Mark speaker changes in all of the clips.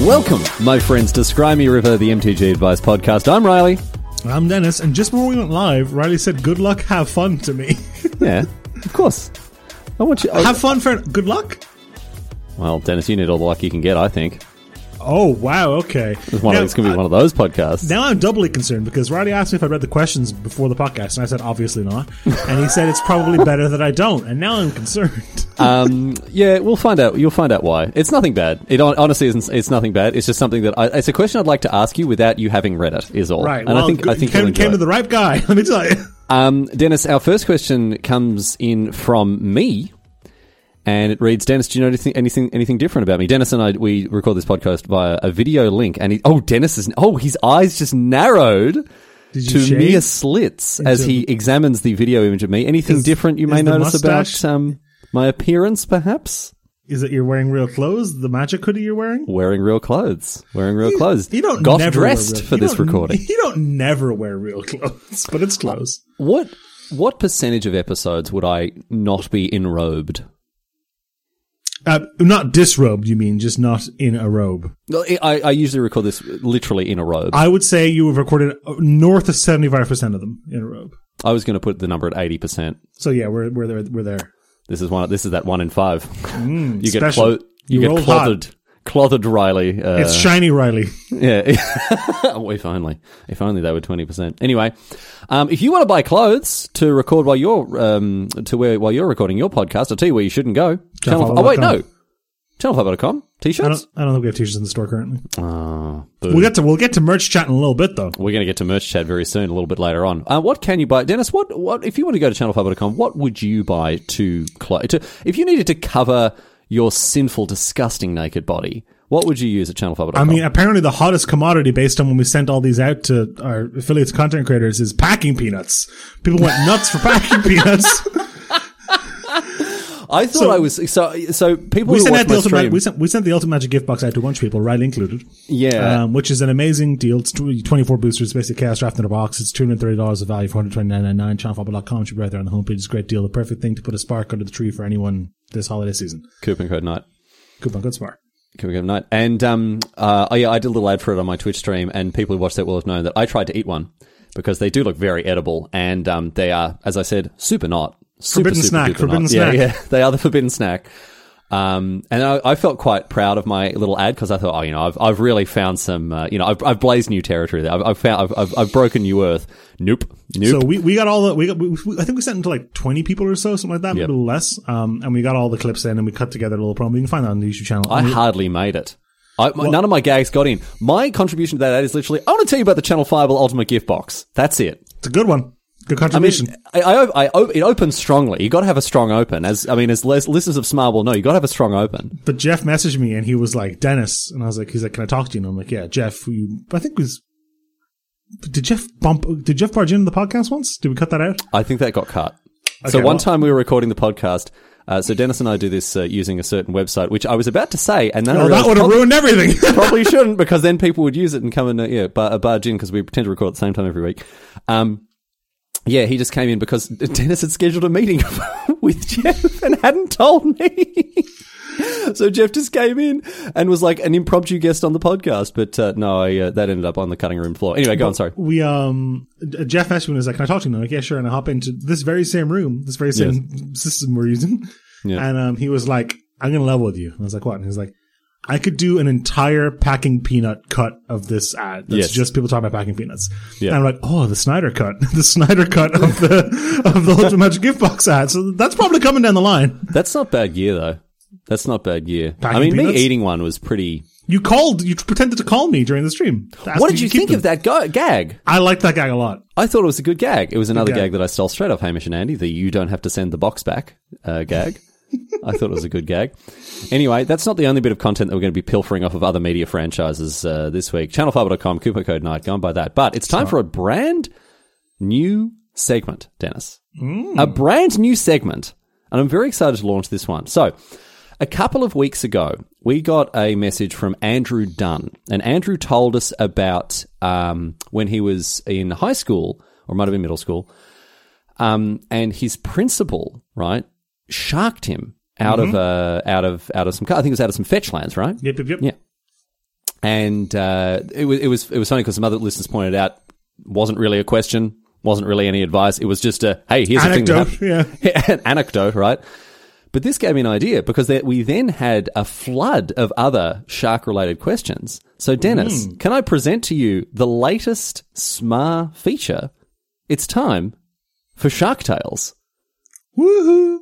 Speaker 1: Welcome, my friends, to Scry Me River, the MTG Advice Podcast. I'm Riley.
Speaker 2: I'm Dennis, and just before we went live, Riley said, "Good luck, have fun" to me.
Speaker 1: Yeah, of course. I want you.
Speaker 2: have fun for good luck.
Speaker 1: well, Dennis, you need all the luck you can get. I think
Speaker 2: Oh wow, okay.
Speaker 1: it's one.
Speaker 2: now,
Speaker 1: of it's going to be
Speaker 2: uh,
Speaker 1: one of those podcasts.
Speaker 2: now I'm doubly concerned because Riley asked me if I read the questions before the podcast, and I said obviously not, and he said it's probably better that I don't, and now I'm concerned.
Speaker 1: um, yeah, we'll find out. You'll find out why. It's nothing bad. It hon- honestly isn't. It's nothing bad. It's just something that I, it's a question I'd like to ask you without you having read it. Is all
Speaker 2: right,
Speaker 1: And
Speaker 2: well,
Speaker 1: I think
Speaker 2: good-
Speaker 1: I think
Speaker 2: came,
Speaker 1: you'll enjoy
Speaker 2: came
Speaker 1: it.
Speaker 2: to the right guy. Let me tell you.
Speaker 1: Um, Dennis, our first question comes in from me, and it reads: Dennis, do you know anything anything, anything different about me? Dennis and I we record this podcast via a video link, and he, oh, Dennis is oh, his eyes just narrowed
Speaker 2: Did you
Speaker 1: to
Speaker 2: shave?
Speaker 1: mere slits as he examines the video image of me. Anything
Speaker 2: Is-
Speaker 1: different you may
Speaker 2: is the
Speaker 1: notice about
Speaker 2: mustache-
Speaker 1: um, my appearance, perhaps?
Speaker 2: Is it you're wearing real clothes? The magic hoodie you're wearing?
Speaker 1: Wearing real clothes, wearing real clothes.
Speaker 2: You don't
Speaker 1: Goth
Speaker 2: never wear
Speaker 1: dressed
Speaker 2: real-
Speaker 1: for
Speaker 2: you
Speaker 1: this
Speaker 2: don't-
Speaker 1: recording.
Speaker 2: You don't never wear real clothes, but it's clothes.
Speaker 1: What what percentage of episodes would I not be enrobed?
Speaker 2: Uh, not disrobed, you mean? Just not in a robe.
Speaker 1: No, I- I, I usually record this literally in a robe. I,
Speaker 2: I would say you have recorded uh, north of seventy five percent of them in a robe.
Speaker 1: was going to put the number at eighty percent.
Speaker 2: So yeah, we're we're there. We're there.
Speaker 1: This is one. This is that one in five. you get
Speaker 2: Hmm, special.
Speaker 1: clo- you
Speaker 2: You
Speaker 1: get
Speaker 2: rolled
Speaker 1: clothed, clothed Riley. Uh,
Speaker 2: It's shiny Riley.
Speaker 1: yeah. oh, if only, if only they were twenty percent. Anyway, um, if you want to buy clothes to record while you're um, to wear while you're recording your podcast, I'll tell you where you shouldn't go. Channel. Oh wait, no. Channel5.com
Speaker 2: I
Speaker 1: t-shirts.
Speaker 2: don't, I don't think we have t-shirts in the store currently.
Speaker 1: Oh, boo.
Speaker 2: We'll get to we'll get to merch chat in a little bit though.
Speaker 1: We're going to get to merch chat very soon, a little bit later on. Uh, what can you buy, Dennis? What what if you want to go to channelfiber.com? What would you buy to, clo- to if you needed to cover your sinful, disgusting naked body? What would you use at channelfiber.com?
Speaker 2: I mean, apparently the hottest commodity based on when we sent all these out to our affiliates, content creators, is packing peanuts. People went nuts for packing peanuts.
Speaker 1: I thought I was so so people
Speaker 2: We
Speaker 1: who
Speaker 2: sent
Speaker 1: watch
Speaker 2: out the
Speaker 1: my
Speaker 2: ultimate.
Speaker 1: stream.
Speaker 2: We sent we sent the ultimate magic gift box out to a bunch of people, Riley included.
Speaker 1: yeah,
Speaker 2: um, which is an amazing deal. It's tw- 24 boosters, basically chaos draft in a box. It's $230 of value, 429.99. Channelfobble.com should be right there on the homepage. It's a great deal. The perfect thing to put a spark under the tree for anyone this holiday season.
Speaker 1: coupon code night.
Speaker 2: Coupon code spark.
Speaker 1: Coupon code night. And um, uh, oh, yeah, I did a little ad for it on my Twitch stream, and people who watch that will have known that I tried to eat one because they do look very edible, and um, they are, as I said, super not. Super,
Speaker 2: Forbidden
Speaker 1: super
Speaker 2: snack,
Speaker 1: duper
Speaker 2: forbidden
Speaker 1: not.
Speaker 2: snack.
Speaker 1: Yeah, yeah, they are the forbidden snack. Um, and I, I felt quite proud of my little ad because I thought, oh, you know, I've, I've really found some, uh, you know, I've, I've blazed new territory there. I've, I've found, I've, I've, I've broken new earth. Nope, nope.
Speaker 2: So we, we got all the, we got, we, we- I think we sent them to like 20 people or so, something like that,
Speaker 1: Yep.
Speaker 2: a little less. Um, and we got all the clips in and we cut together a little promo. You can find that on the YouTube channel.
Speaker 1: I hardly made it. I, my, none of my gags got in. My contribution to that ad is literally, I want to tell you about the Channel Fireball Ultimate Gift Box. That's it.
Speaker 2: it's a good one. Good contribution.
Speaker 1: I, I, I, op- it opens strongly. You got to have a strong open. As I mean, as les- listeners of Smart will know, you got to have a strong open.
Speaker 2: but Jeff messaged me and he was like, Dennis. And I was like, he's like, can I talk to you? And I'm like, yeah, Jeff, who you, I think was, did Jeff bump, did Jeff barge into the podcast once? Did we cut that out?
Speaker 1: I think that got cut. so
Speaker 2: Okay,
Speaker 1: one
Speaker 2: well-
Speaker 1: time we were recording the podcast. Uh, so Dennis and I do this uh, using a certain website, which I was about to say, and then I
Speaker 2: Well, Oh, that
Speaker 1: realized
Speaker 2: would have
Speaker 1: prob-
Speaker 2: ruined everything.
Speaker 1: probably shouldn't because then people would use it and come and uh, yeah, bar- uh, barge in because we pretend to record at the same time every week. Um, yeah, he just came in because Dennis had scheduled a meeting with Jeff and hadn't told me. so Jeff just came in and was like an impromptu guest on the podcast. But uh, no, I, uh, that ended up on the cutting room floor. Anyway, go on. Sorry.
Speaker 2: we um D- Jeff Meshman is like, Can I talk to you? And I'm like, Yeah, sure. And I hop into this very same room, this very same system we're using.
Speaker 1: Yeah.
Speaker 2: And um he was like, I'm gonna level with you. And I was like, What? And he was like, I could do an entire packing peanut cut of this ad. That's
Speaker 1: Yes.
Speaker 2: just people talking about packing peanuts.
Speaker 1: Yeah.
Speaker 2: And I'm like, oh, the Snyder cut, the Snyder cut of the of the Ultra Magic Gift Box ad. So that's probably coming down the line.
Speaker 1: That's not bad gear though. That's not bad gear. I
Speaker 2: Packing
Speaker 1: mean, me
Speaker 2: peanuts?
Speaker 1: eating one was pretty.
Speaker 2: You called, you pretended to call me during the stream. to ask
Speaker 1: What
Speaker 2: if
Speaker 1: did you
Speaker 2: could keep
Speaker 1: think
Speaker 2: them.
Speaker 1: of that go- gag?
Speaker 2: I like that guy a lot.
Speaker 1: I thought it was a good gag. It was another
Speaker 2: gag.
Speaker 1: gag. that I stole straight off Hamish and Andy, the you don't have to send the box back uh, gag. I thought it was a good gag. Anyway, that's not the only bit of content that we're going to be pilfering off of other media franchises uh, this week. Channelfiber.com, coupon code night, go and buy that. But it's time for a brand new segment, Dennis. A brand new segment. And I'm very excited to launch this one. So, a couple of weeks ago, we got a message from Andrew Dunn. And Andrew told us about um, when he was in high school, or might have been middle school, um, and his principal, right, sharked him out of uh, out of out of some. I think it was out of some fetch lands, right?
Speaker 2: Yep, yep, yep.
Speaker 1: Yeah. and uh, it was it was it was funny because some other listeners pointed out wasn't really a question, wasn't really any advice. It was just a hey, here's a
Speaker 2: Anecdote,
Speaker 1: thing
Speaker 2: yeah.
Speaker 1: that happened. an anecdote, right? But this gave me an idea because there, we then had a flood of other shark related questions. So Dennis, can I present to you the latest SMAR feature? It's time for Shark Tales.
Speaker 2: Woohoo!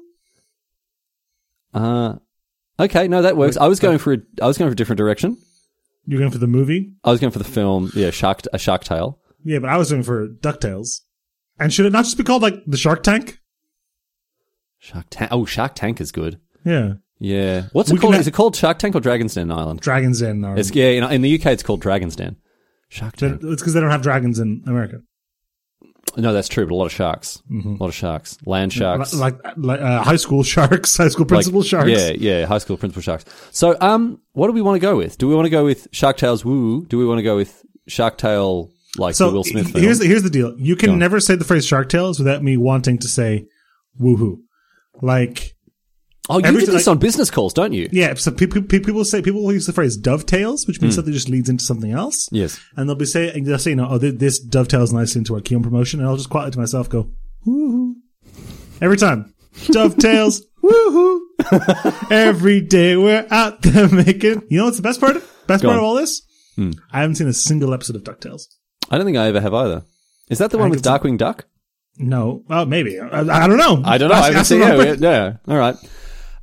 Speaker 1: Uh, okay, no, that works. I was going for a, I was going for a different direction.
Speaker 2: You're going for the movie?
Speaker 1: I was going for the film, yeah, Shark a Shark Tale.
Speaker 2: Yeah, but I was going for DuckTales. And should it not just be called like the Shark Tank?
Speaker 1: Shark Tank. Oh, Shark Tank is good.
Speaker 2: Yeah.
Speaker 1: Yeah. What's
Speaker 2: We
Speaker 1: it
Speaker 2: can
Speaker 1: called?
Speaker 2: ha-
Speaker 1: is it called Shark Tank or Dragon's Den Island?
Speaker 2: Dragons in or
Speaker 1: It's, yeah, in, in the UK it's called Dragon's Den. Um, Shark
Speaker 2: They're-
Speaker 1: Tank.
Speaker 2: It's because they don't have dragons in America.
Speaker 1: No, that's true, but a lot of sharks.
Speaker 2: Mm-hmm.
Speaker 1: A lot of sharks. Land sharks.
Speaker 2: Li- Like, like uh, high school sharks, high school principal
Speaker 1: Like-
Speaker 2: sharks.
Speaker 1: Yeah, yeah, high school principal sharks. So, um, what do we want to go with? Do we want to go with Shark Tales woo? Do we want to go with Shark Tale like
Speaker 2: So
Speaker 1: the Will Smith
Speaker 2: he-
Speaker 1: film?
Speaker 2: here's the, here's the deal. You can never say the phrase Shark Tales without me wanting to say woohoo. Like
Speaker 1: oh, you
Speaker 2: every-
Speaker 1: did this
Speaker 2: like-
Speaker 1: on business calls, don't you?
Speaker 2: yeah, so people people say people will use the phrase dovetails, which means
Speaker 1: Hmm.
Speaker 2: something just leads into something else.
Speaker 1: Yes.
Speaker 2: and they'll be saying they'll say, you know, oh, th- this dovetails nicely into our Keon promotion, and I'll just quietly to myself go woohoo every time. Dovetails, woohoo! Every day we're out there making. You know what's the best part? Best part
Speaker 1: on. Hmm.
Speaker 2: of all this? I haven't seen a single episode of Ducktales.
Speaker 1: I don't think I ever have either. Is that the one with Darkwing Duck?
Speaker 2: No. Oh, maybe. I, I don't know.
Speaker 1: I don't know. I haven't
Speaker 2: Ask-
Speaker 1: seen yeah,
Speaker 2: ask the wrong
Speaker 1: yeah,
Speaker 2: person.
Speaker 1: yeah. All right.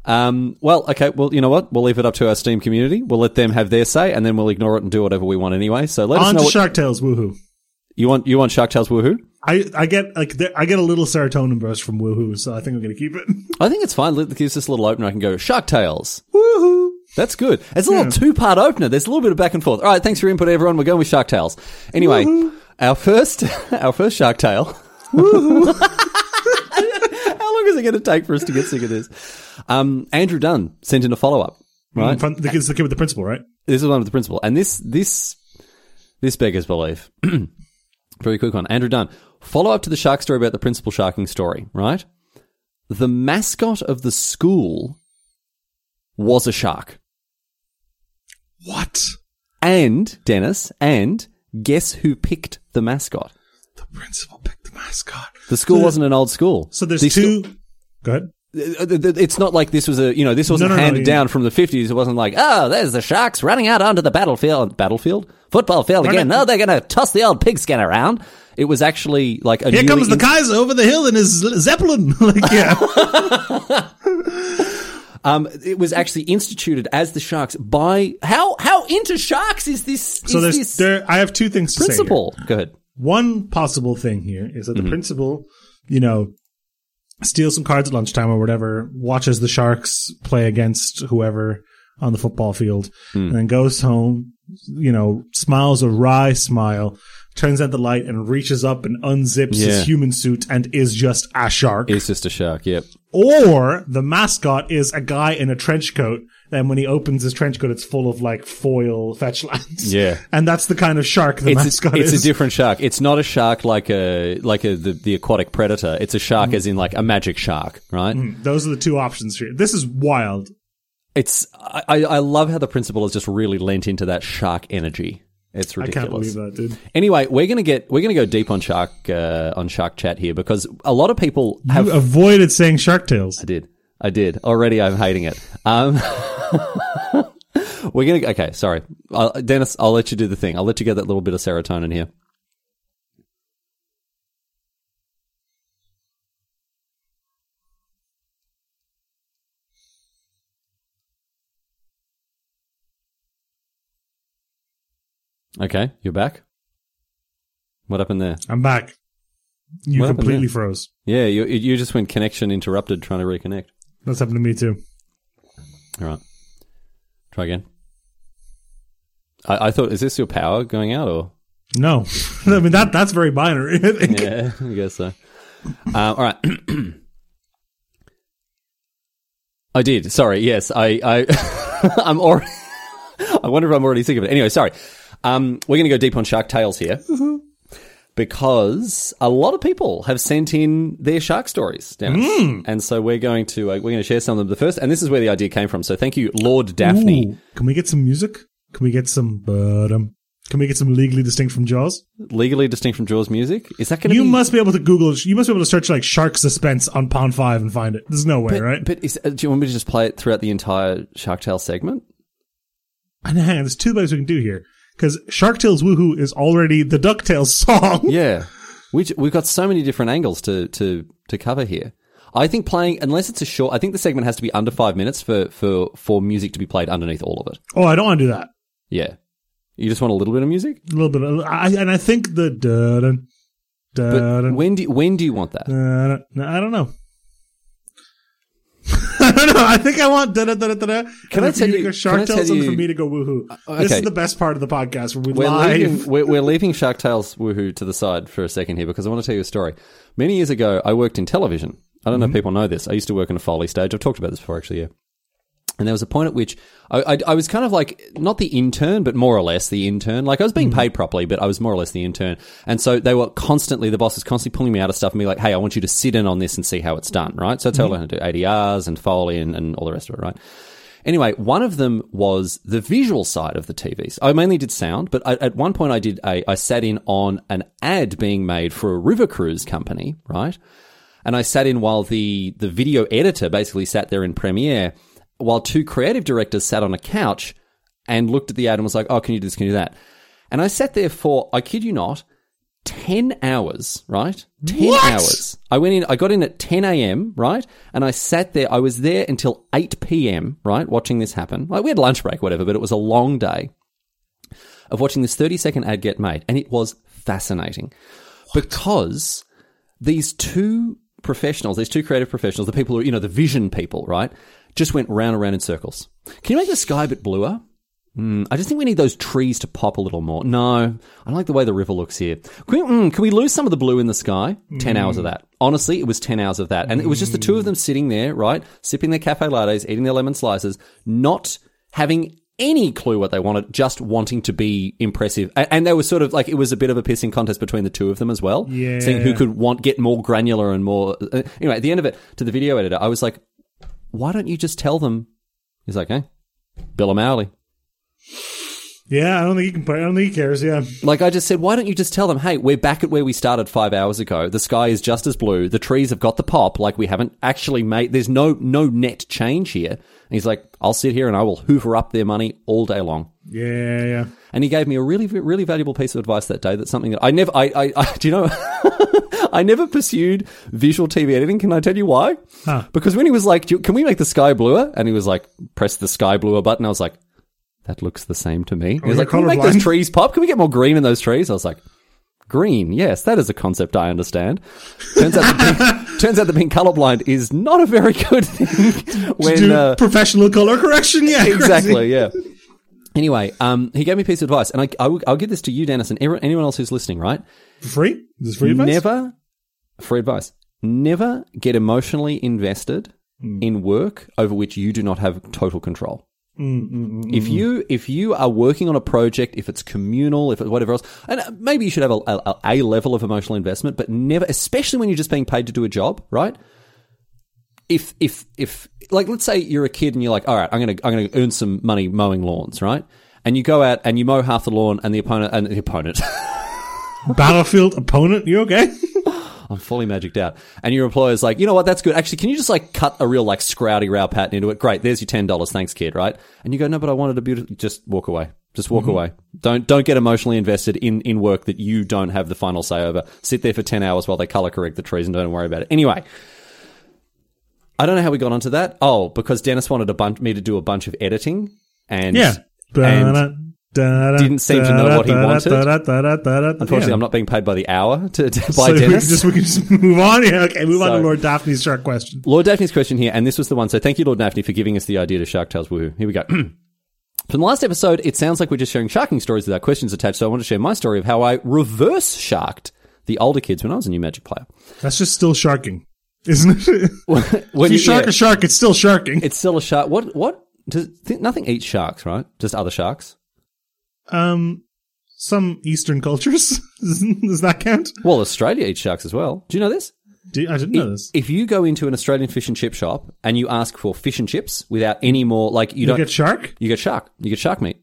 Speaker 1: Um, well, okay. Well, you know what? We'll leave it up to our Steam community. We'll let them have their say, and then we'll ignore it and do whatever we want anyway. So let us
Speaker 2: On
Speaker 1: know
Speaker 2: to
Speaker 1: what
Speaker 2: Shark Tales. Woohoo.
Speaker 1: you want. You want Shark Tales Woohoo?
Speaker 2: I, I get like there, I get a little serotonin burst from woohoo, so I think I'm gonna keep it.
Speaker 1: I think it's fine. Let gives this a little opener. I can go Shark Tales.
Speaker 2: woohoo! Hmm.
Speaker 1: That's good. It's a little two-part opener. There's a little bit of back and forth. All right. Thanks for your input, everyone. We're going with Shark Tales. Anyway, our first, our first Shark Tale. How long is it going to take for us to get sick of this? Um, Andrew Dunn sent in a follow-up. Right.
Speaker 2: In front- the kid's the kid with the principal, right?
Speaker 1: this is one of the principal, and this this this beggars belief. Very quick one, Andrew Dunn. Follow up to the shark story about the principal sharking story, right? The mascot of the school was a shark,
Speaker 2: What?
Speaker 1: and Dennis, and guess who picked the mascot?
Speaker 2: The principal picked the mascot.
Speaker 1: The school wasn't an old school,
Speaker 2: So there's
Speaker 1: The sch-
Speaker 2: two. go ahead.
Speaker 1: uh, th- th- It's not like this was a you know this wasn't
Speaker 2: no, no,
Speaker 1: handed
Speaker 2: yeah.
Speaker 1: down from the fifties. It wasn't like oh there's the sharks running out onto the battlefield battlefield football field again.
Speaker 2: Running-
Speaker 1: No, they're going to toss the old pigskin around. It was actually like a
Speaker 2: Here
Speaker 1: newly
Speaker 2: comes the
Speaker 1: in-
Speaker 2: Kaiser over the hill in his zeppelin. like yeah,
Speaker 1: um, it was actually instituted as the sharks by how how into sharks is this
Speaker 2: so
Speaker 1: is
Speaker 2: there's
Speaker 1: this
Speaker 2: there. I have two things to say. here.
Speaker 1: principle? Go ahead.
Speaker 2: One possible thing here is that the principal, you know, steals some cards at lunchtime or whatever, watches the Sharks play against whoever on the football field, and then goes home, you know, smiles a wry smile, turns out the light and reaches up and unzips
Speaker 1: Yeah.
Speaker 2: his human suit and is just a shark.
Speaker 1: It's just a shark. Yep.
Speaker 2: or the mascot is a guy in a trench coat. And when he opens his trench coat, it's full of like foil fetch lines.
Speaker 1: Yeah.
Speaker 2: And that's the kind of shark the
Speaker 1: It's, a,
Speaker 2: mascot
Speaker 1: it's
Speaker 2: is.
Speaker 1: a different shark. It's not a shark like a like a the, the aquatic predator. It's a shark
Speaker 2: Mm-hmm.
Speaker 1: as in like a magic shark, right?
Speaker 2: Those are the two options here. This is wild.
Speaker 1: It's I, I I love how the principal has just really lent into that shark energy. It's
Speaker 2: I
Speaker 1: ridiculous.
Speaker 2: can't believe that, dude.
Speaker 1: Anyway, we're gonna get we're gonna go deep on shark uh, on shark chat here because a lot of people have
Speaker 2: You avoided saying Shark Tales.
Speaker 1: I did. I did. Already I'm hating it. Um, we're going to. Okay, sorry. i Dennis, I'll let you do the thing. I'll let you get that little bit of serotonin here. Okay, you're back. What happened there?
Speaker 2: I'm back. You
Speaker 1: What happened
Speaker 2: completely froze.
Speaker 1: Yeah, you you just went connection interrupted trying to reconnect.
Speaker 2: That's happened to me too.
Speaker 1: All right. Try again. I, I thought, is this your power going out or?
Speaker 2: No, I mean that. That's very binary. I think.
Speaker 1: Yeah, I guess so. Um, all right. I did. Sorry. Yes, I. I I'm already. I wonder if I'm already sick of it. Anyway, sorry. Um, we're going to go deep on Shark Tales here because a lot of people have sent in their shark stories, Dennis, and so we're going to
Speaker 2: Can we get some? But um, can we get some legally distinct from Jaws?
Speaker 1: Legally distinct from Jaws music? Is that going to
Speaker 2: You
Speaker 1: be.
Speaker 2: must be able to Google. You must be able to search like shark suspense on Pond Five and find it. There's no way, right?
Speaker 1: But is, uh, do you want me to just play it throughout the entire Shark Tale segment?
Speaker 2: And hang on, there's two ways we can do here. Because Shark Tales Woohoo is already the DuckTales song.
Speaker 1: Yeah, we j- we've got so many different angles to to to cover here. I think playing unless it's a short, I think the segment has to be under five minutes for for for music to be played underneath all of it.
Speaker 2: Oh, I don't want to do that.
Speaker 1: Yeah, you just want a little bit of music.
Speaker 2: A little bit. Of, I, and I think the dun,
Speaker 1: But
Speaker 2: dun,
Speaker 1: when do when do you want that?
Speaker 2: dun, dun, I don't know. I don't know. I think I want da da da da da.
Speaker 1: Can I tell you-
Speaker 2: to go
Speaker 1: can
Speaker 2: Shark
Speaker 1: I tell
Speaker 2: Tales and
Speaker 1: you- Uh,
Speaker 2: for me to go woohoo?
Speaker 1: okay.
Speaker 2: This is the best part of the podcast where we
Speaker 1: We're
Speaker 2: live.
Speaker 1: leaving, we're, we're leaving Shark Tales woohoo to the side for a second here because I want to tell you a story. Many years ago, I worked in television. I don't know
Speaker 2: Mm-hmm.
Speaker 1: if people know this. I used to work in a Foley stage. I've talked about this before, actually. Yeah. And there was a point at which I, I, I was kind of like not the intern, but more or less the intern. Like I was being paid properly, but I was more or less the intern. And so they were constantly the boss was constantly pulling me out of stuff and be like, "Hey, I want you to sit in on this and see how it's done." Right. So that's how I learned to do ADRs and Foley and, and all the rest of it. Right. Anyway, one of them was the visual side of the TVs. I mainly did sound, but I, at one point I did a, I sat in on an ad being made for a river cruise company, right? And I sat in while the, the video editor basically sat there in Premiere, while two creative directors sat on a couch and looked at the ad and was like, oh, can you do this? Can you do that? And I sat there for, I kid you not, 10 hours, right? 10
Speaker 2: What?
Speaker 1: hours. I went in, I got in at 10 a.m., right? And I sat there, I was there until 8 p.m., right? Watching this happen. Like, we had lunch break, whatever, but it was a long day of watching this 30 second ad get made. And it was fascinating because these two professionals, these two creative professionals, the people who, are, you know, the vision people, right? Just went round and round in circles. Can you make the sky a bit bluer? Mm, I just think we need those trees to pop a little more. No, I like the way the river looks here. Can we, mm, can we lose some of the blue in the sky? 10 hours of that. Honestly, it was 10 hours of that. And it was just the two of them sitting there, right? Sipping their cafe lattes, eating their lemon slices, not having any clue what they wanted, just wanting to be impressive. A- And they were sort of like, it was a bit of a pissing contest between the two of them as well.
Speaker 2: Yeah.
Speaker 1: Seeing who could want, get more granular and more. uh, Anyway, at the end of it, to the video editor, I was like, why don't you just tell them? He's like, hey, Bill O'Malley.
Speaker 2: yeah, I don't think he can. play- I don't think he cares. Yeah,
Speaker 1: Like I just said, why don't you just tell them, hey, we're back at where we started five hours ago. The sky is just as blue. The trees have got the pop. Like we haven't actually made. There's no no net change here. And he's like, I'll sit here and I will hoover up their money all day long.
Speaker 2: yeah, yeah.
Speaker 1: And he gave me a really really valuable piece of advice that day. That's something that I never. I, I, I do you know. I never pursued visual TV editing. Can I tell you why? Because when he was like, do you- "Can we make the sky bluer?" and he was like, "Press the sky bluer button," I was like, "That looks the same to me." He was
Speaker 2: Oh, you're
Speaker 1: like, "Can we make those
Speaker 2: colorblind."
Speaker 1: trees pop? Can we get more green in those trees?" I was like, "Green, yes, that is a concept I understand." Turns out, that being, turns out that being colorblind is not a very good thing. When
Speaker 2: Do
Speaker 1: uh,
Speaker 2: professional color correction. Yeah, crazy.
Speaker 1: exactly. Yeah. Anyway, um, he gave me a piece of advice, and I, I will, I'll give this to you, Dennis, and everyone- anyone else who's listening. Right?
Speaker 2: For free. Is this free advice?
Speaker 1: Never free advice. Never get emotionally invested
Speaker 2: Mm.
Speaker 1: in work over which you do not have total control.
Speaker 2: Mm,
Speaker 1: If you if you are working on a project, if it's communal, if it's whatever else, and uh, maybe you should have a, a, a level of emotional investment, but never, especially when you're just being paid to do a job, right? if if if like let's say you're a kid and you're like, all right, I'm gonna I'm gonna earn some money mowing lawns, right? And you go out and you mow half the lawn, and the opponent and the opponent,
Speaker 2: Battlefield opponent. You okay?
Speaker 1: I'm fully magicked out. And your employer's like, you know what, that's good. Actually, can you just like cut a real like scrowdy row pattern into it? Great, there's your ten dollars, thanks, kid, right? And you go, no, but I wanted a beautiful. Just walk away. Just
Speaker 2: Mm-hmm.
Speaker 1: walk away. Don't don't get emotionally invested in in work that you don't have the final say over. Sit there for ten hours while they color correct the trees and don't worry about it. Anyway, I don't know how we got onto that. Oh, because Dennis wanted a bunch me to do a bunch of editing, and
Speaker 2: Yeah.
Speaker 1: and
Speaker 2: didn't
Speaker 1: seem to know what he wanted. unfortunately,
Speaker 2: Unfortunately,
Speaker 1: I'm not being paid by the hour to, to
Speaker 2: So
Speaker 1: by
Speaker 2: we can
Speaker 1: Dennis.
Speaker 2: just we can just move on here. Okay, move on
Speaker 1: So-
Speaker 2: to Lord Daphne's shark question.
Speaker 1: Lord Daphne's question here, and this was the one. So thank you, Lord Daphne, for giving us the idea to Shark Tales. Woohoo. Here we go. From the last episode, it sounds like we're just sharing sharking stories without questions attached, so I want to share my story of how I reverse sharked the older kids when I was a new Magic player.
Speaker 2: That's just still sharking, isn't it?
Speaker 1: When
Speaker 2: if you shark
Speaker 1: yeah,
Speaker 2: a shark, it's still sharking.
Speaker 1: it's still a shark. What? What? Does, th- nothing eats sharks, right? Just other sharks.
Speaker 2: um, some Eastern cultures does that count?
Speaker 1: Well, Australia eats sharks as well. Do you know this?
Speaker 2: Do, I didn't know this.
Speaker 1: If you go into an Australian fish and chip shop and you ask for fish and chips without any more, like you,
Speaker 2: You
Speaker 1: don't,
Speaker 2: get shark.
Speaker 1: you get shark, you get shark meat.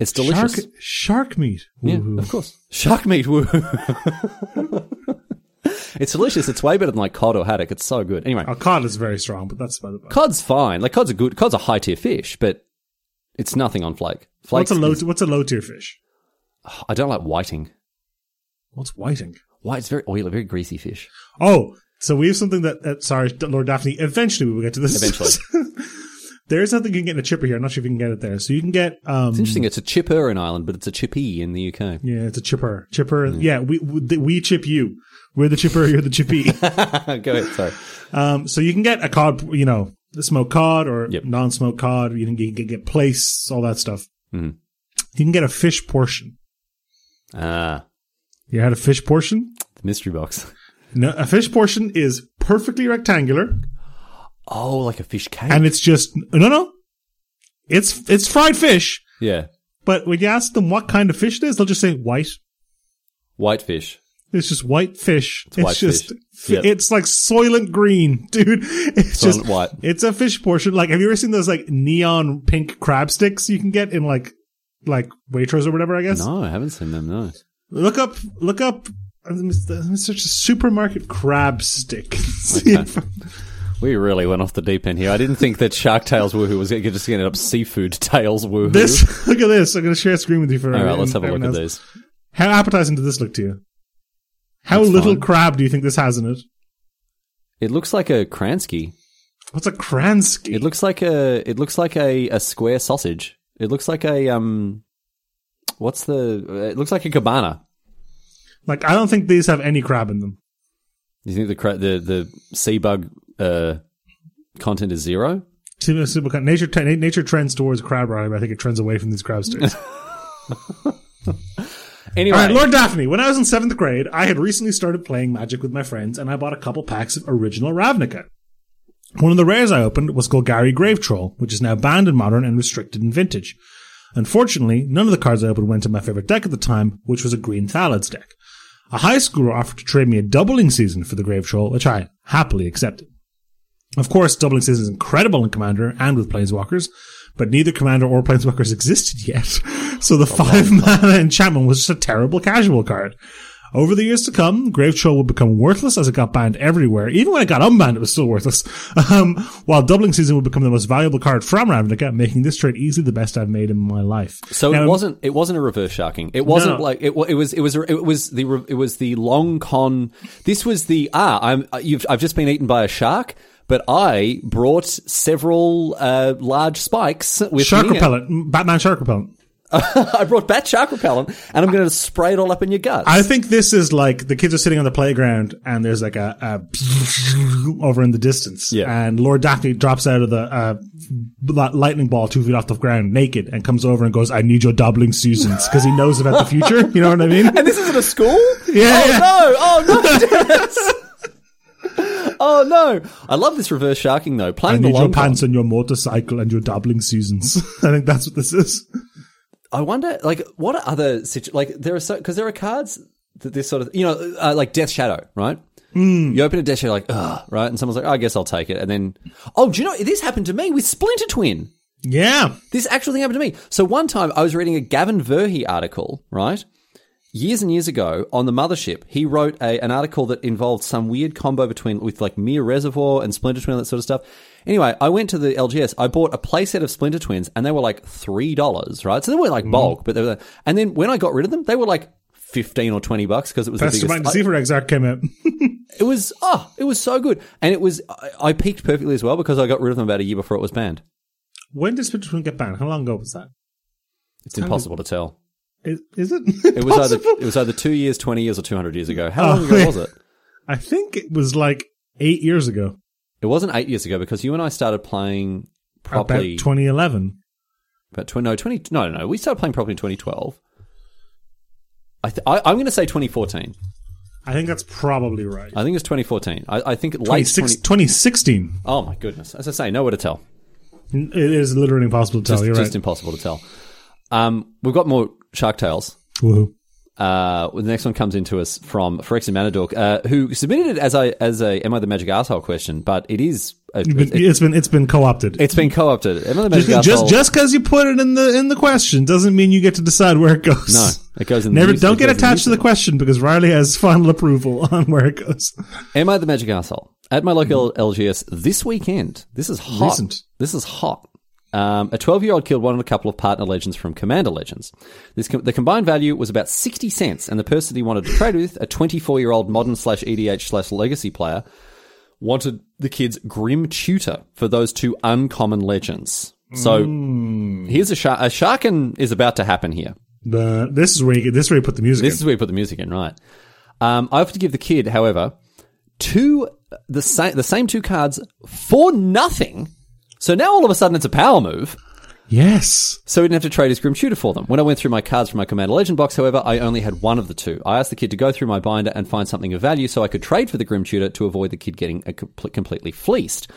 Speaker 1: It's delicious.
Speaker 2: Shark, shark meat.
Speaker 1: Yeah,
Speaker 2: Woohoo.
Speaker 1: of course. Shark meat, woo. it's delicious. It's way better than like cod or haddock. It's so good. Anyway,
Speaker 2: Our cod is very strong, but that's by the by.
Speaker 1: cod's fine. Like cod's a good, cod's a high tier fish, but it's nothing on flake. Flake.
Speaker 2: What's a low? What's a low tier fish?
Speaker 1: I don't like whiting.
Speaker 2: What's whiting?
Speaker 1: White's very oily, very greasy fish.
Speaker 2: Oh, so we have something that. Uh, sorry, D- Lord Daphne. Eventually, we will get to this.
Speaker 1: Eventually.
Speaker 2: there is something you can get in a chipper here. I'm not sure if you can get it there. So you can get. Um,
Speaker 1: It's interesting. It's a chipper in Ireland, but it's a chippy in the UK.
Speaker 2: yeah, it's a chipper. Chipper. Yeah, we we, th- we chip you. We're the chipper. You're the chippy.
Speaker 1: Go ahead. Sorry.
Speaker 2: um, so you can get a cod. You know, the smoked cod or
Speaker 1: Yep.
Speaker 2: non-smoked cod. You can get, get place, all that stuff.
Speaker 1: Mhm.
Speaker 2: You can get a fish portion.
Speaker 1: Ah,
Speaker 2: You had a fish portion.
Speaker 1: the mystery box.
Speaker 2: No, a fish portion is perfectly rectangular,
Speaker 1: Oh, like a fish cake.
Speaker 2: and it's just no, no. It's it's fried fish,
Speaker 1: yeah,
Speaker 2: but when you ask them what kind of fish it is, they'll just say white.
Speaker 1: white fish.
Speaker 2: It's just white fish. It's,
Speaker 1: white
Speaker 2: just
Speaker 1: fish.
Speaker 2: f-
Speaker 1: Yep.
Speaker 2: it's like soylent green, dude. It's
Speaker 1: Soylent
Speaker 2: just
Speaker 1: white.
Speaker 2: It's a fish portion. Like, have you ever seen those like neon pink crab sticks you can get in like like Waitrose or whatever? I guess.
Speaker 1: No, I haven't seen them. No.
Speaker 2: Look up, look up. uh, Let me let me search a supermarket crab stick. See if-
Speaker 1: We really went off the deep end here. I didn't think that Shark Tales Woohoo was gonna- just going to end up Seafood Tales Woohoo.
Speaker 2: This look at this. I'm going to share a screen with you for
Speaker 1: All right, let's have a
Speaker 2: everyone
Speaker 1: look at
Speaker 2: else.
Speaker 1: these.
Speaker 2: How appetizing did this look to you? How
Speaker 1: That's
Speaker 2: little
Speaker 1: fine.
Speaker 2: crab do you think this has in it?
Speaker 1: It looks like a Kransky.
Speaker 2: What's a Kransky?
Speaker 1: It looks like a. It looks like a, a square sausage. It looks like a um. What's the? It looks like a cabana.
Speaker 2: like I don't think these have any crab in them.
Speaker 1: You think the cra- the the sea bug uh content is zero?
Speaker 2: Super- super kind- Nature te- nature trends towards crab rye, but I think it trends away from these crab sticks.
Speaker 1: Anyway,
Speaker 2: All right, Lord Daphne. When I was in seventh grade, I had recently started playing Magic with my friends, and I bought a couple packs of original Ravnica. One of the rares I opened was Golgari Grave Troll, which is now banned in modern and restricted in vintage. Unfortunately, none of the cards I opened went to my favorite deck at the time, which was a green Thalids deck. A high schooler offered to trade me a doubling season for the Grave Troll, which I happily accepted. Of course, doubling season is incredible in Commander and with Planeswalkers, but neither Commander or Planeswalkers existed yet, so the five mana enchantment was just a terrible casual card. Over the years to come, Grave Troll would become worthless as it got banned everywhere. Even when it got unbanned, it was still worthless. Um, while Doubling Season would become the most valuable card from Ravnica, making this trade easily the best I've made in my life.
Speaker 1: so
Speaker 2: Now-
Speaker 1: it wasn't it wasn't a reverse sharking. It wasn't
Speaker 2: No.
Speaker 1: like it, wa- it was it was it was the re- it was the long con. This was the ah I'm uh, you've I've just been eaten by a shark, but I brought several uh, large spikes with
Speaker 2: Shark
Speaker 1: me.
Speaker 2: repellent, Mm, Batman shark repellent.
Speaker 1: I brought bat shark repellent, and I'm going to spray it all up in your guts.
Speaker 2: I think this is like the kids are sitting on the playground and there's like a, a over in the distance.
Speaker 1: Yeah.
Speaker 2: And Lord Daphne drops out of the uh, li- lightning ball two feet off the ground naked and comes over and goes, I need your doubling seasons because he knows about the future. You know what I mean?
Speaker 1: and this isn't a school.
Speaker 2: Yeah,
Speaker 1: Oh
Speaker 2: yeah.
Speaker 1: no! Oh no! Dennis! oh no! I love this reverse sharking though.
Speaker 2: I
Speaker 1: Playing the
Speaker 2: need your
Speaker 1: long con.
Speaker 2: pants and your motorcycle and your doubling seasons. I think that's what this is.
Speaker 1: I wonder, like, what are other situ- like there are so because there are cards that this sort of you know uh, like Death Shadow, right?
Speaker 2: Hmm.
Speaker 1: Mm. You open a Death Shadow, like, ugh, right, and someone's like, oh, I guess I'll take it, and then, oh, do you know this happened to me with Splinter Twin?
Speaker 2: Yeah.
Speaker 1: This actual thing happened to me. So one time I was reading a Gavin Verhey article, right? Years and years ago on the mothership, he wrote a, an article that involved some weird combo between with like Mere Reservoir and Splinter Twin and that sort of stuff. Anyway, I went to the LGS. I bought a playset of Splinter Twins, and they were like three dollars, right? So they were like bulk, but they were. And then when I got rid of them, they were like fifteen or twenty bucks because it was
Speaker 2: That's
Speaker 1: the
Speaker 2: the
Speaker 1: biggest.
Speaker 2: Mind Deceiver Exarch came out.
Speaker 1: it was oh, it was so good, and it was I, I peaked perfectly as well because I got rid of them about a year before it was banned.
Speaker 2: when did Splinter Twin get banned? How long ago was that?
Speaker 1: It's impossible to tell.
Speaker 2: Is, is it?
Speaker 1: It was either
Speaker 2: possible? Oh,
Speaker 1: it was either two years, twenty years, or two hundred years ago. How long ago was it?
Speaker 2: I think it was like eight years ago.
Speaker 1: It wasn't eight years ago because you and I started playing properly
Speaker 2: About 2011.
Speaker 1: about tw- no twenty no no no we started playing properly in twenty twelve. I th- I, I'm going to say 2014.
Speaker 2: I think that's probably right.
Speaker 1: I think it's 2014. I, I think late
Speaker 2: 26
Speaker 1: 20,
Speaker 2: 2016.
Speaker 1: Oh my goodness! As I say, nowhere to tell.
Speaker 2: It is literally impossible to tell.
Speaker 1: It's
Speaker 2: Oh, You're
Speaker 1: just
Speaker 2: right.
Speaker 1: impossible to tell. Um, we've got more Shark Tales.
Speaker 2: Woohoo.
Speaker 1: Uh, the next one comes into us from Phyrexian Manadork, uh, who submitted it as a as a Am I the Magic Asshole question, but it is it,
Speaker 2: But
Speaker 1: it,
Speaker 2: it's been it's been co-opted.
Speaker 1: has been co-opted. Emily
Speaker 2: just
Speaker 1: Mezgatol-
Speaker 2: just just because you put it in the in the question doesn't mean you get to decide where it goes.
Speaker 1: no, it goes in.
Speaker 2: Never
Speaker 1: the
Speaker 2: don't get attached to the question because Riley has final approval on where it goes.
Speaker 1: Am I the magic asshole? At my local LGS this weekend. This is hot.
Speaker 2: Recent.
Speaker 1: This is hot. Um, a 12 year old killed one of a couple of partner legends from Commander Legends. This com- the combined value was about 60 cents, and the person he wanted to trade with, a 24 year old modern slash EDH slash legacy player, wanted the kid's Grim Tutor for those two uncommon legends. So
Speaker 2: Hmm.
Speaker 1: here's a shark. A sharkin is about to happen here.
Speaker 2: But this is where you get this is where you put the music.
Speaker 1: This is where you put the music in, right? Um, I have to give the kid, however, two the same the same two cards for nothing. So now all of a sudden it's a power move.
Speaker 2: in. Yes.
Speaker 1: So we didn't have to trade his Grim Tutor for them. When I went through my cards from my Commander Legend box, however, I only had one of the two. I asked the kid to go through my binder and find something of value so I could trade for the Grim Tutor to avoid the kid getting a compl- completely fleeced.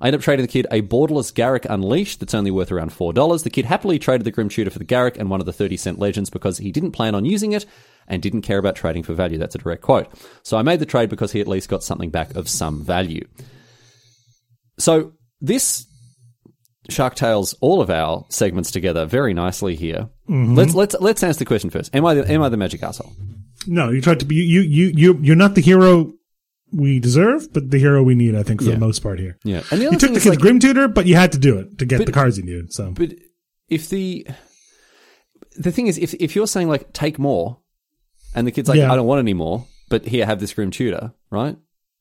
Speaker 1: I ended up trading the kid a borderless Garrick Unleashed that's only worth around $4. The kid happily traded the Grim Tutor for the Garrick and one of the 30 cent legends because he didn't plan on using it and didn't care about trading for value. That's a direct quote. So I made the trade because he at least got something back of some value. So this Shark Tales all of our segments together very nicely here.
Speaker 2: Mm-hmm.
Speaker 1: Let's let's let's answer the question first. Am I the, am I the magic asshole?
Speaker 2: No, you tried to be you you you you're not the hero we deserve, but the hero we need, I think, for the most part here.
Speaker 1: Yeah. And the other
Speaker 2: You took
Speaker 1: thing
Speaker 2: the
Speaker 1: is
Speaker 2: kid's
Speaker 1: like,
Speaker 2: grim tutor, but you had to do it to get the cards you needed. So
Speaker 1: but if the the thing is if if you're saying like take more, and the kid's like
Speaker 2: Yeah.
Speaker 1: I don't want any more, but here have this grim tutor, right?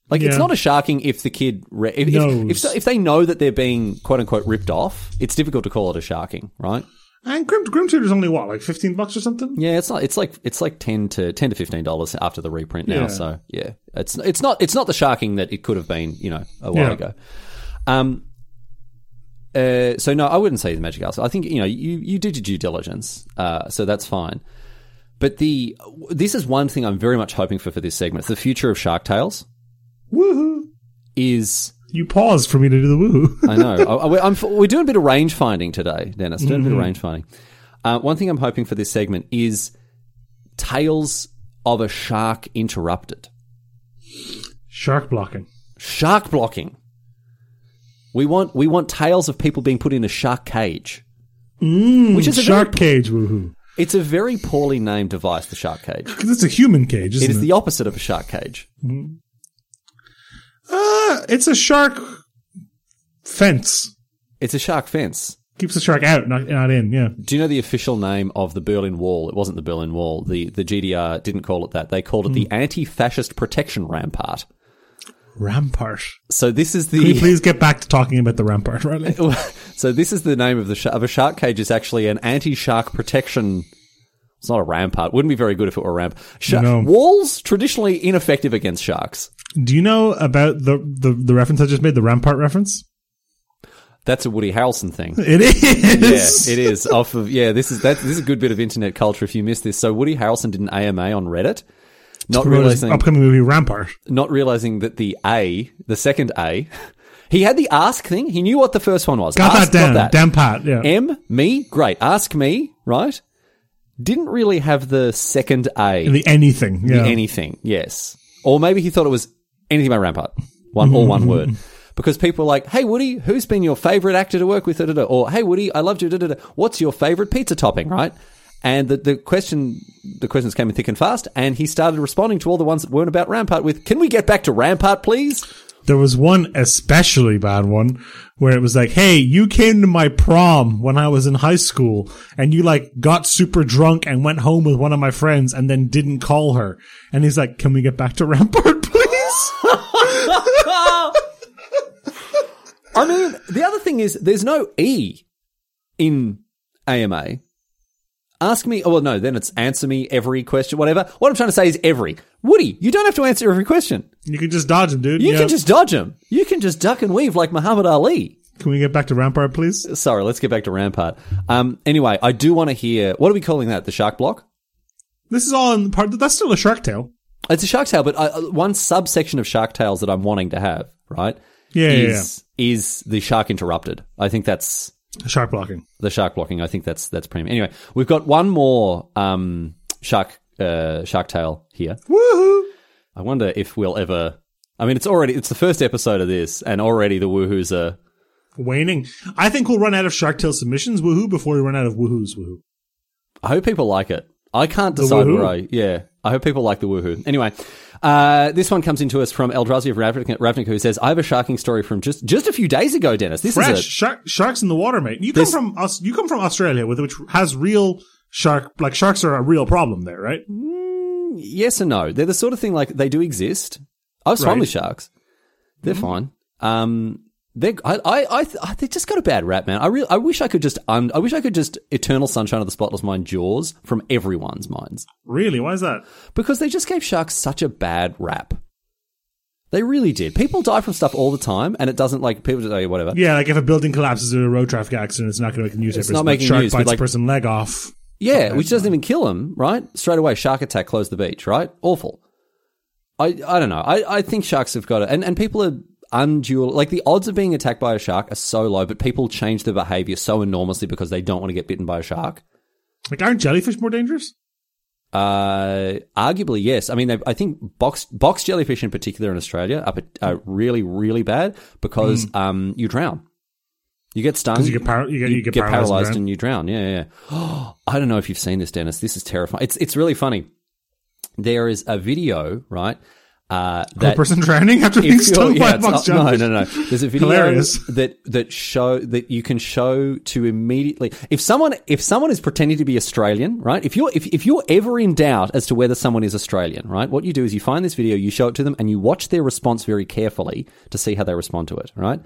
Speaker 1: Like it's
Speaker 2: Yeah.
Speaker 1: not a sharking if the kid re- if, if, if
Speaker 2: Knows.
Speaker 1: so- if they know that they're being quote unquote ripped off, it's difficult to call it a sharking, right?
Speaker 2: and grim grim tutor's only what like fifteen bucks or something.
Speaker 1: Yeah, it's not. It's like it's like ten to ten to fifteen dollars after the reprint now.
Speaker 2: Yeah.
Speaker 1: So yeah, it's it's not it's not the sharking that it could have been. You know, a while
Speaker 2: Yeah.
Speaker 1: ago. Um. Uh, so no, I wouldn't say the magic asshole. I think you know you you did your due diligence, uh, so that's fine. But the this is one thing I'm very much hoping for for this segment. It's the future of Shark Tales
Speaker 2: Woohoo!
Speaker 1: is
Speaker 2: You paused for me to do the woohoo.
Speaker 1: I know. I, I- I'm, we're doing a bit of range finding today, Dennis. Doing a bit of range finding. Uh, one thing I'm hoping for this segment is tales of a shark interrupted,
Speaker 2: Shark blocking.
Speaker 1: shark blocking. We want we want tales of people being put in a shark cage, which is a
Speaker 2: Mm, Shark
Speaker 1: Very,
Speaker 2: cage woohoo.
Speaker 1: it's a very poorly named device. The shark cage.
Speaker 2: Because it's a human cage, isn't
Speaker 1: It
Speaker 2: it?
Speaker 1: is the opposite of a shark cage.
Speaker 2: uh, it's a shark fence.
Speaker 1: It's a shark fence.
Speaker 2: Keeps the shark out, not, not in. Yeah.
Speaker 1: Do you know the official name of the Berlin Wall? It wasn't the Berlin Wall. The the GDR didn't call it that. They called it the anti-fascist protection rampart.
Speaker 2: Rampart.
Speaker 1: So this is
Speaker 2: Can we
Speaker 1: the
Speaker 2: please get back to talking about the rampart, Riley?
Speaker 1: Oh. so this is the name of the sh- of a shark cage is actually an anti-shark protection. It's not a rampart. Wouldn't be very good if it were a ramp. Sha-
Speaker 2: No.
Speaker 1: Walls traditionally ineffective against sharks.
Speaker 2: Do you know about the, the the reference I just made? The rampart reference.
Speaker 1: That's a Woody Harrelson thing.
Speaker 2: It
Speaker 1: Yeah,
Speaker 2: is.
Speaker 1: it is off of yeah. This is that. This is a good bit of internet culture. If you missed this, so Woody Harrelson did an AMA on Reddit, not
Speaker 2: Promotes
Speaker 1: realizing
Speaker 2: upcoming movie Rampart.
Speaker 1: not realizing that the A, the second A, he had the ask thing. He knew what the first one was.
Speaker 2: Got
Speaker 1: Ask,
Speaker 2: that down. Damn pat. Yeah.
Speaker 1: M, me, great. Ask me, right? Didn't really have the second A,
Speaker 2: the um, anything. Yeah.
Speaker 1: anything, yes. Or maybe he thought it was anything by Rampart, one all one word. Because people are like, hey, Woody, who's been your favorite actor to work with? Da-da-da. Or, hey, Woody, I loved you. Da-da-da. What's your favorite pizza topping, right? And the, the question, the questions came in thick and fast, and he started responding to all the ones that weren't about Rampart with, can we get back to Rampart, please?
Speaker 2: There was one especially bad one where it was like, "Hey, you came to my prom when I was in high school, and you like got super drunk and went home with one of my friends, and then didn't call her." And he's like, "Can we get back to Rampart, please?"
Speaker 1: I mean, the other thing is there's no E in AMA. Ask me, oh, well, no, then it's answer me every question, whatever. What I'm trying to say is every. Woody, you don't have to answer every question.
Speaker 2: you can just dodge him, dude.
Speaker 1: You
Speaker 2: Yeah.
Speaker 1: can just dodge them. You can just duck and weave like Muhammad Ali.
Speaker 2: Can we get back to Rampart, please?
Speaker 1: Sorry, let's get back to Rampart. Um, anyway, I do want to hear, what are we calling that? The shark block?
Speaker 2: This is all in the part that's still a Shark Tale.
Speaker 1: It's a shark tale, but I, one subsection of shark tales that I'm wanting to have, right?
Speaker 2: Yeah, yeah,
Speaker 1: is, is the shark interrupted. I think that's
Speaker 2: Shark blocking.
Speaker 1: the shark blocking. I think that's that's premium. Anyway, we've got one more um, shark uh, shark tale here.
Speaker 2: Woohoo!
Speaker 1: I wonder if we'll ever I mean, it's already it's the first episode of this, and already the woohoo's are.
Speaker 2: Waning. I think we'll run out of Shark Tale submissions, woohoo, before we run out of woohoo's woohoo.
Speaker 1: I hope people like it. I can't decide where I.
Speaker 2: woohoo?
Speaker 1: Yeah, I hope people like the woohoo. Anyway, uh, this one comes into us from Eldrazi of Ravnica, Ravnica, who says, "I have a sharking story from just just a few days ago, Dennis. This
Speaker 2: Fresh
Speaker 1: is a,
Speaker 2: shark, sharks in the water, mate. You come from us. You come from Australia, with which has real shark. Like sharks are a real problem there, right?
Speaker 1: yes and no. They're the sort of thing like they do exist. I've swum
Speaker 2: Right.
Speaker 1: with sharks. They're fine. Um, they I I I, th- I they just got a bad rap, man. I really I wish I could just un- I wish I could just eternal sunshine of the spotless mind jaws from everyone's minds
Speaker 2: Really? Why is that?
Speaker 1: because they just gave sharks such a bad rap. They really did. People die from stuff all the time, and it doesn't like people just oh whatever.
Speaker 2: Yeah, like if a building collapses or a road traffic accident, it's not going to make the newspapers.
Speaker 1: not
Speaker 2: but
Speaker 1: making
Speaker 2: shark
Speaker 1: news, but
Speaker 2: bites
Speaker 1: like-
Speaker 2: a person leg off.
Speaker 1: Yeah, which doesn't even kill him, right? Straight away, shark attack, close the beach, right? Awful. I I don't know. I, I think sharks have got it, and and people are undual. Like the odds of being attacked by a shark are so low, but people change their behaviour so enormously because they don't want to get bitten by a shark.
Speaker 2: Like, aren't jellyfish more dangerous?
Speaker 1: Uh, arguably, yes. I mean, they- I think box box jellyfish in particular in Australia are, pat- are really really bad because um you drown, you get stung,
Speaker 2: Hmm. You get par- you get, you get,
Speaker 1: paralyzed,
Speaker 2: paralyzed. and
Speaker 1: and you drown. Yeah, yeah. yeah. I don't know if you've seen this, Dennis. This is terrifying. It's it's really funny. There is a video, right? Uh,
Speaker 2: drown.
Speaker 1: that
Speaker 2: a person drowning after being
Speaker 1: if you're-
Speaker 2: stung
Speaker 1: yeah,
Speaker 2: by a
Speaker 1: it's-
Speaker 2: box
Speaker 1: oh,
Speaker 2: jellyfish.
Speaker 1: No, no, no. There's a video
Speaker 2: Hilarious.
Speaker 1: that that show that you can show to immediately if someone if someone is pretending to be Australian, right? If you're if, if you're ever in doubt as to whether someone is Australian, right? What you do is you find this video, you show it to them, and you watch their response very carefully to see how they respond to it, right?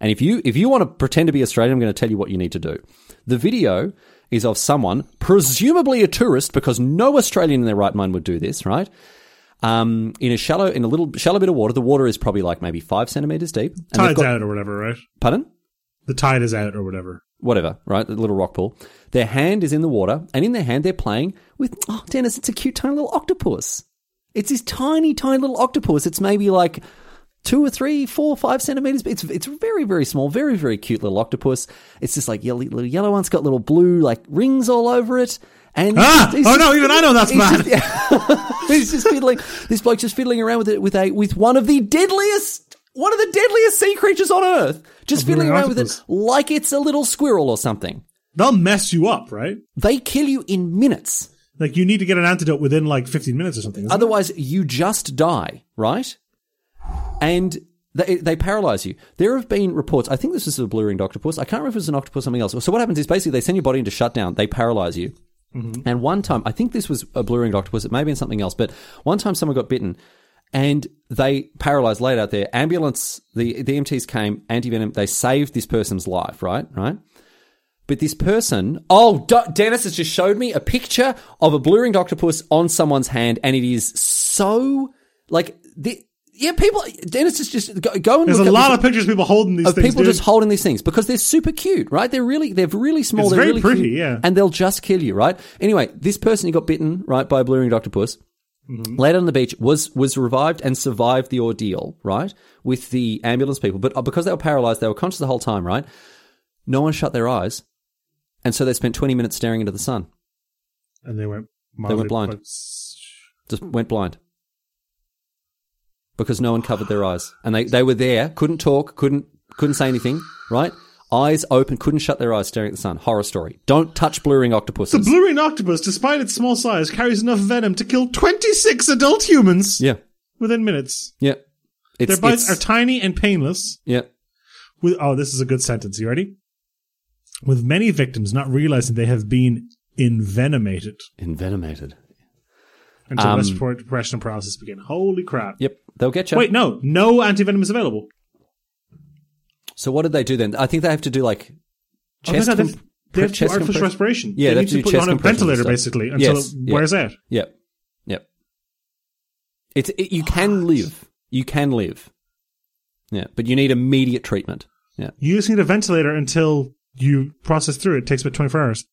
Speaker 1: And if you if you want to pretend to be Australian, I'm going to tell you what you need to do. The video is of someone, presumably a tourist, because no Australian in their right mind would do this, right? um, in a shallow in a little shallow bit of water. The water is probably like maybe five centimeters deep. And they've
Speaker 2: Tide's
Speaker 1: got-
Speaker 2: out or whatever, right?
Speaker 1: Pardon?
Speaker 2: The tide is out or whatever.
Speaker 1: Whatever, right? The little rock pool. Their hand is in the water, and in their hand they're playing with. Oh, Dennis, it's a cute tiny little octopus. It's this tiny, tiny little octopus. It's maybe like two or three, four, five centimeters. It's it's very, very small, very, very cute little octopus. It's just like yellow, little yellow one's got little blue like rings all over it. And
Speaker 2: Ah!
Speaker 1: it's- it's
Speaker 2: Oh
Speaker 1: just-
Speaker 2: no! Even I know that's
Speaker 1: He's
Speaker 2: bad.
Speaker 1: just, he's just fiddling. This bloke's just fiddling around with it with a with one of the deadliest, one of the deadliest sea creatures on earth. Just fiddling around with it
Speaker 2: octopus.
Speaker 1: like it's a little squirrel or something.
Speaker 2: They'll mess you up, right?
Speaker 1: They kill you in minutes.
Speaker 2: Like you need to get an antidote within like 15 minutes or something. isn't it?
Speaker 1: Otherwise, you just die, right? And they, they paralyze you. There have been reports, I think this is a blue ringed octopus. I can't remember if it was an octopus or something else. So, what happens is basically they send your body into shutdown, they paralyze you. Mm-hmm. And one time, I think this was a blue ringed octopus, it may have been something else, but one time someone got bitten and they paralyzed laid out there. Ambulance, the, the EMTs came, anti venom, they saved this person's life, right? Right? But this person, oh, D- Dennis has just showed me a picture of a blue ringed octopus on someone's hand, and it is so like the yeah people. Dennis is just go, go and
Speaker 2: There's
Speaker 1: look
Speaker 2: a
Speaker 1: up
Speaker 2: lot
Speaker 1: this-
Speaker 2: of pictures of people holding these
Speaker 1: of
Speaker 2: things.
Speaker 1: people
Speaker 2: dude.
Speaker 1: just holding these things because they're super cute, right? They're really they're really small.
Speaker 2: It's
Speaker 1: they're
Speaker 2: very
Speaker 1: really
Speaker 2: pretty,
Speaker 1: cute,
Speaker 2: yeah.
Speaker 1: And they'll just kill you, right? Anyway, this person who got bitten right by a blue ringed octopus.
Speaker 2: Mm-hmm.
Speaker 1: Laid on the beach was was revived and survived the ordeal, right? With the ambulance people, but uh, because they were paralyzed, they were conscious the whole time, right? No one shut their eyes, and so they spent twenty minutes staring into the sun.
Speaker 2: and they went.
Speaker 1: went blind. Just went blind because no one covered their eyes, and they they were there, couldn't talk, couldn't couldn't say anything, right? Eyes open, couldn't shut their eyes, staring at the sun. Horror story. Don't touch blue ring
Speaker 2: The
Speaker 1: octopuses.
Speaker 2: blue ring octopus, despite its small size, carries enough venom to kill 26 adult humans
Speaker 1: yeah,
Speaker 2: within minutes.
Speaker 1: yeah. It's,
Speaker 2: Their bites
Speaker 1: it's-
Speaker 2: are tiny and painless.
Speaker 1: yeah.
Speaker 2: With oh, this is a good sentence. You ready? With many victims not realizing they have been envenomated
Speaker 1: Envenomated.
Speaker 2: until
Speaker 1: Um,
Speaker 2: respiratory depression and paralysis begin. Holy crap!
Speaker 1: Yep, they'll get you.
Speaker 2: Wait, no, no antivenom is available.
Speaker 1: So what did they do then? I think they have to do like
Speaker 2: Oh, no,
Speaker 1: chest.
Speaker 2: no, they have-
Speaker 1: comp-
Speaker 2: they have to do
Speaker 1: chest
Speaker 2: artificial
Speaker 1: compress-
Speaker 2: respiration.
Speaker 1: Yeah, they
Speaker 2: they
Speaker 1: have
Speaker 2: need
Speaker 1: to do
Speaker 2: to put you
Speaker 1: chest
Speaker 2: on a
Speaker 1: compression and
Speaker 2: ventilator
Speaker 1: stuff.
Speaker 2: basically until
Speaker 1: Yes,
Speaker 2: it
Speaker 1: yeah.
Speaker 2: wears out.
Speaker 1: Yep. Yep. It's it, you can live. You can live. Yeah, but you need immediate treatment. Yeah.
Speaker 2: You just need a ventilator until you process through it. It takes about 24 hours.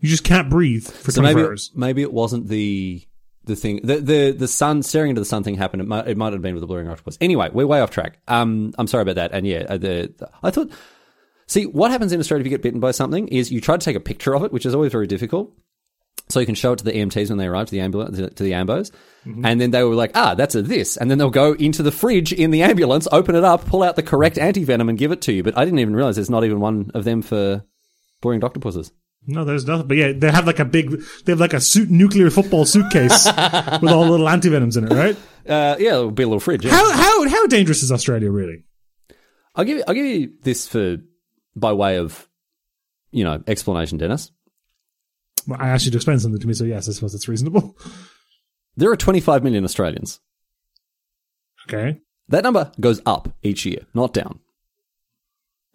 Speaker 2: You just can't breathe for
Speaker 1: So
Speaker 2: 24
Speaker 1: maybe
Speaker 2: hours.
Speaker 1: maybe it wasn't the the thing the the the sun staring into the sun thing happened. It might it might have been with the blurring octopus. Anyway, we're way off track. Um, I'm sorry about that. And yeah, uh, the, the I thought. See what happens in Australia if you get bitten by something is you try to take a picture of it, which is always very difficult. So you can show it to the EMTs when they arrive to the ambulance to the ambos, and then they were like, "Ah, that's a this," and then they'll go into the fridge in the ambulance, open it up, pull out the correct anti venom, and give it to you. But I didn't even realize there's not even one of them for boring octopuses.
Speaker 2: No, there's nothing. But yeah, they have like a big, they have like a suit, nuclear football suitcase with all the little anti venoms in it, right?
Speaker 1: Uh, yeah, it'll be a little fridge. yeah.
Speaker 2: How how how dangerous is Australia really?
Speaker 1: I'll give you, I'll give you this for by way of you know explanation, Dennis.
Speaker 2: Well, I asked you to explain something to me, so yes, I suppose it's reasonable.
Speaker 1: There are 25 million Australians.
Speaker 2: Okay,
Speaker 1: That number goes up each year, not down.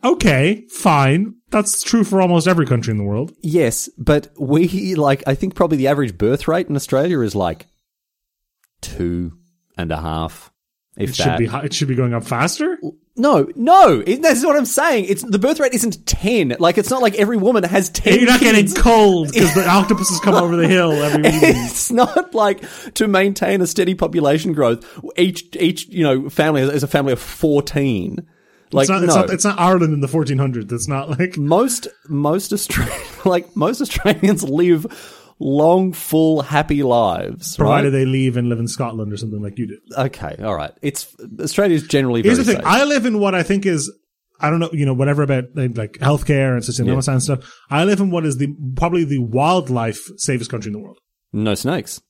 Speaker 2: okay, fine. That's true for almost every country in the world.
Speaker 1: Yes, but we like I think probably the average birth rate in Australia is like two and a half. If
Speaker 2: It
Speaker 1: that.
Speaker 2: should be hi- it should be going up faster.
Speaker 1: no, no, it- that's what I'm saying. It's the birth rate isn't ten. Like it's not like every woman has ten.
Speaker 2: You're not getting
Speaker 1: kids.
Speaker 2: cold because the octopuses come over the hill every week.
Speaker 1: It's not like to maintain a steady population growth. Each each you know family is a family of fourteen. Like
Speaker 2: It's not,
Speaker 1: no,
Speaker 2: it's, not, it's not Ireland in the 1400s. It's not like
Speaker 1: most most Australian like most Australians live long, full, happy lives. right?
Speaker 2: provided they leave and live in Scotland or something like you do.
Speaker 1: Okay, all right. It's Australia's generally very
Speaker 2: Here's the thing:
Speaker 1: safe.
Speaker 2: I live in what I think is I don't know, you know, whatever about like like healthcare and sustainable
Speaker 1: Yeah.
Speaker 2: and stuff. I live in what is the probably the wildlife safest country in the world.
Speaker 1: no snakes.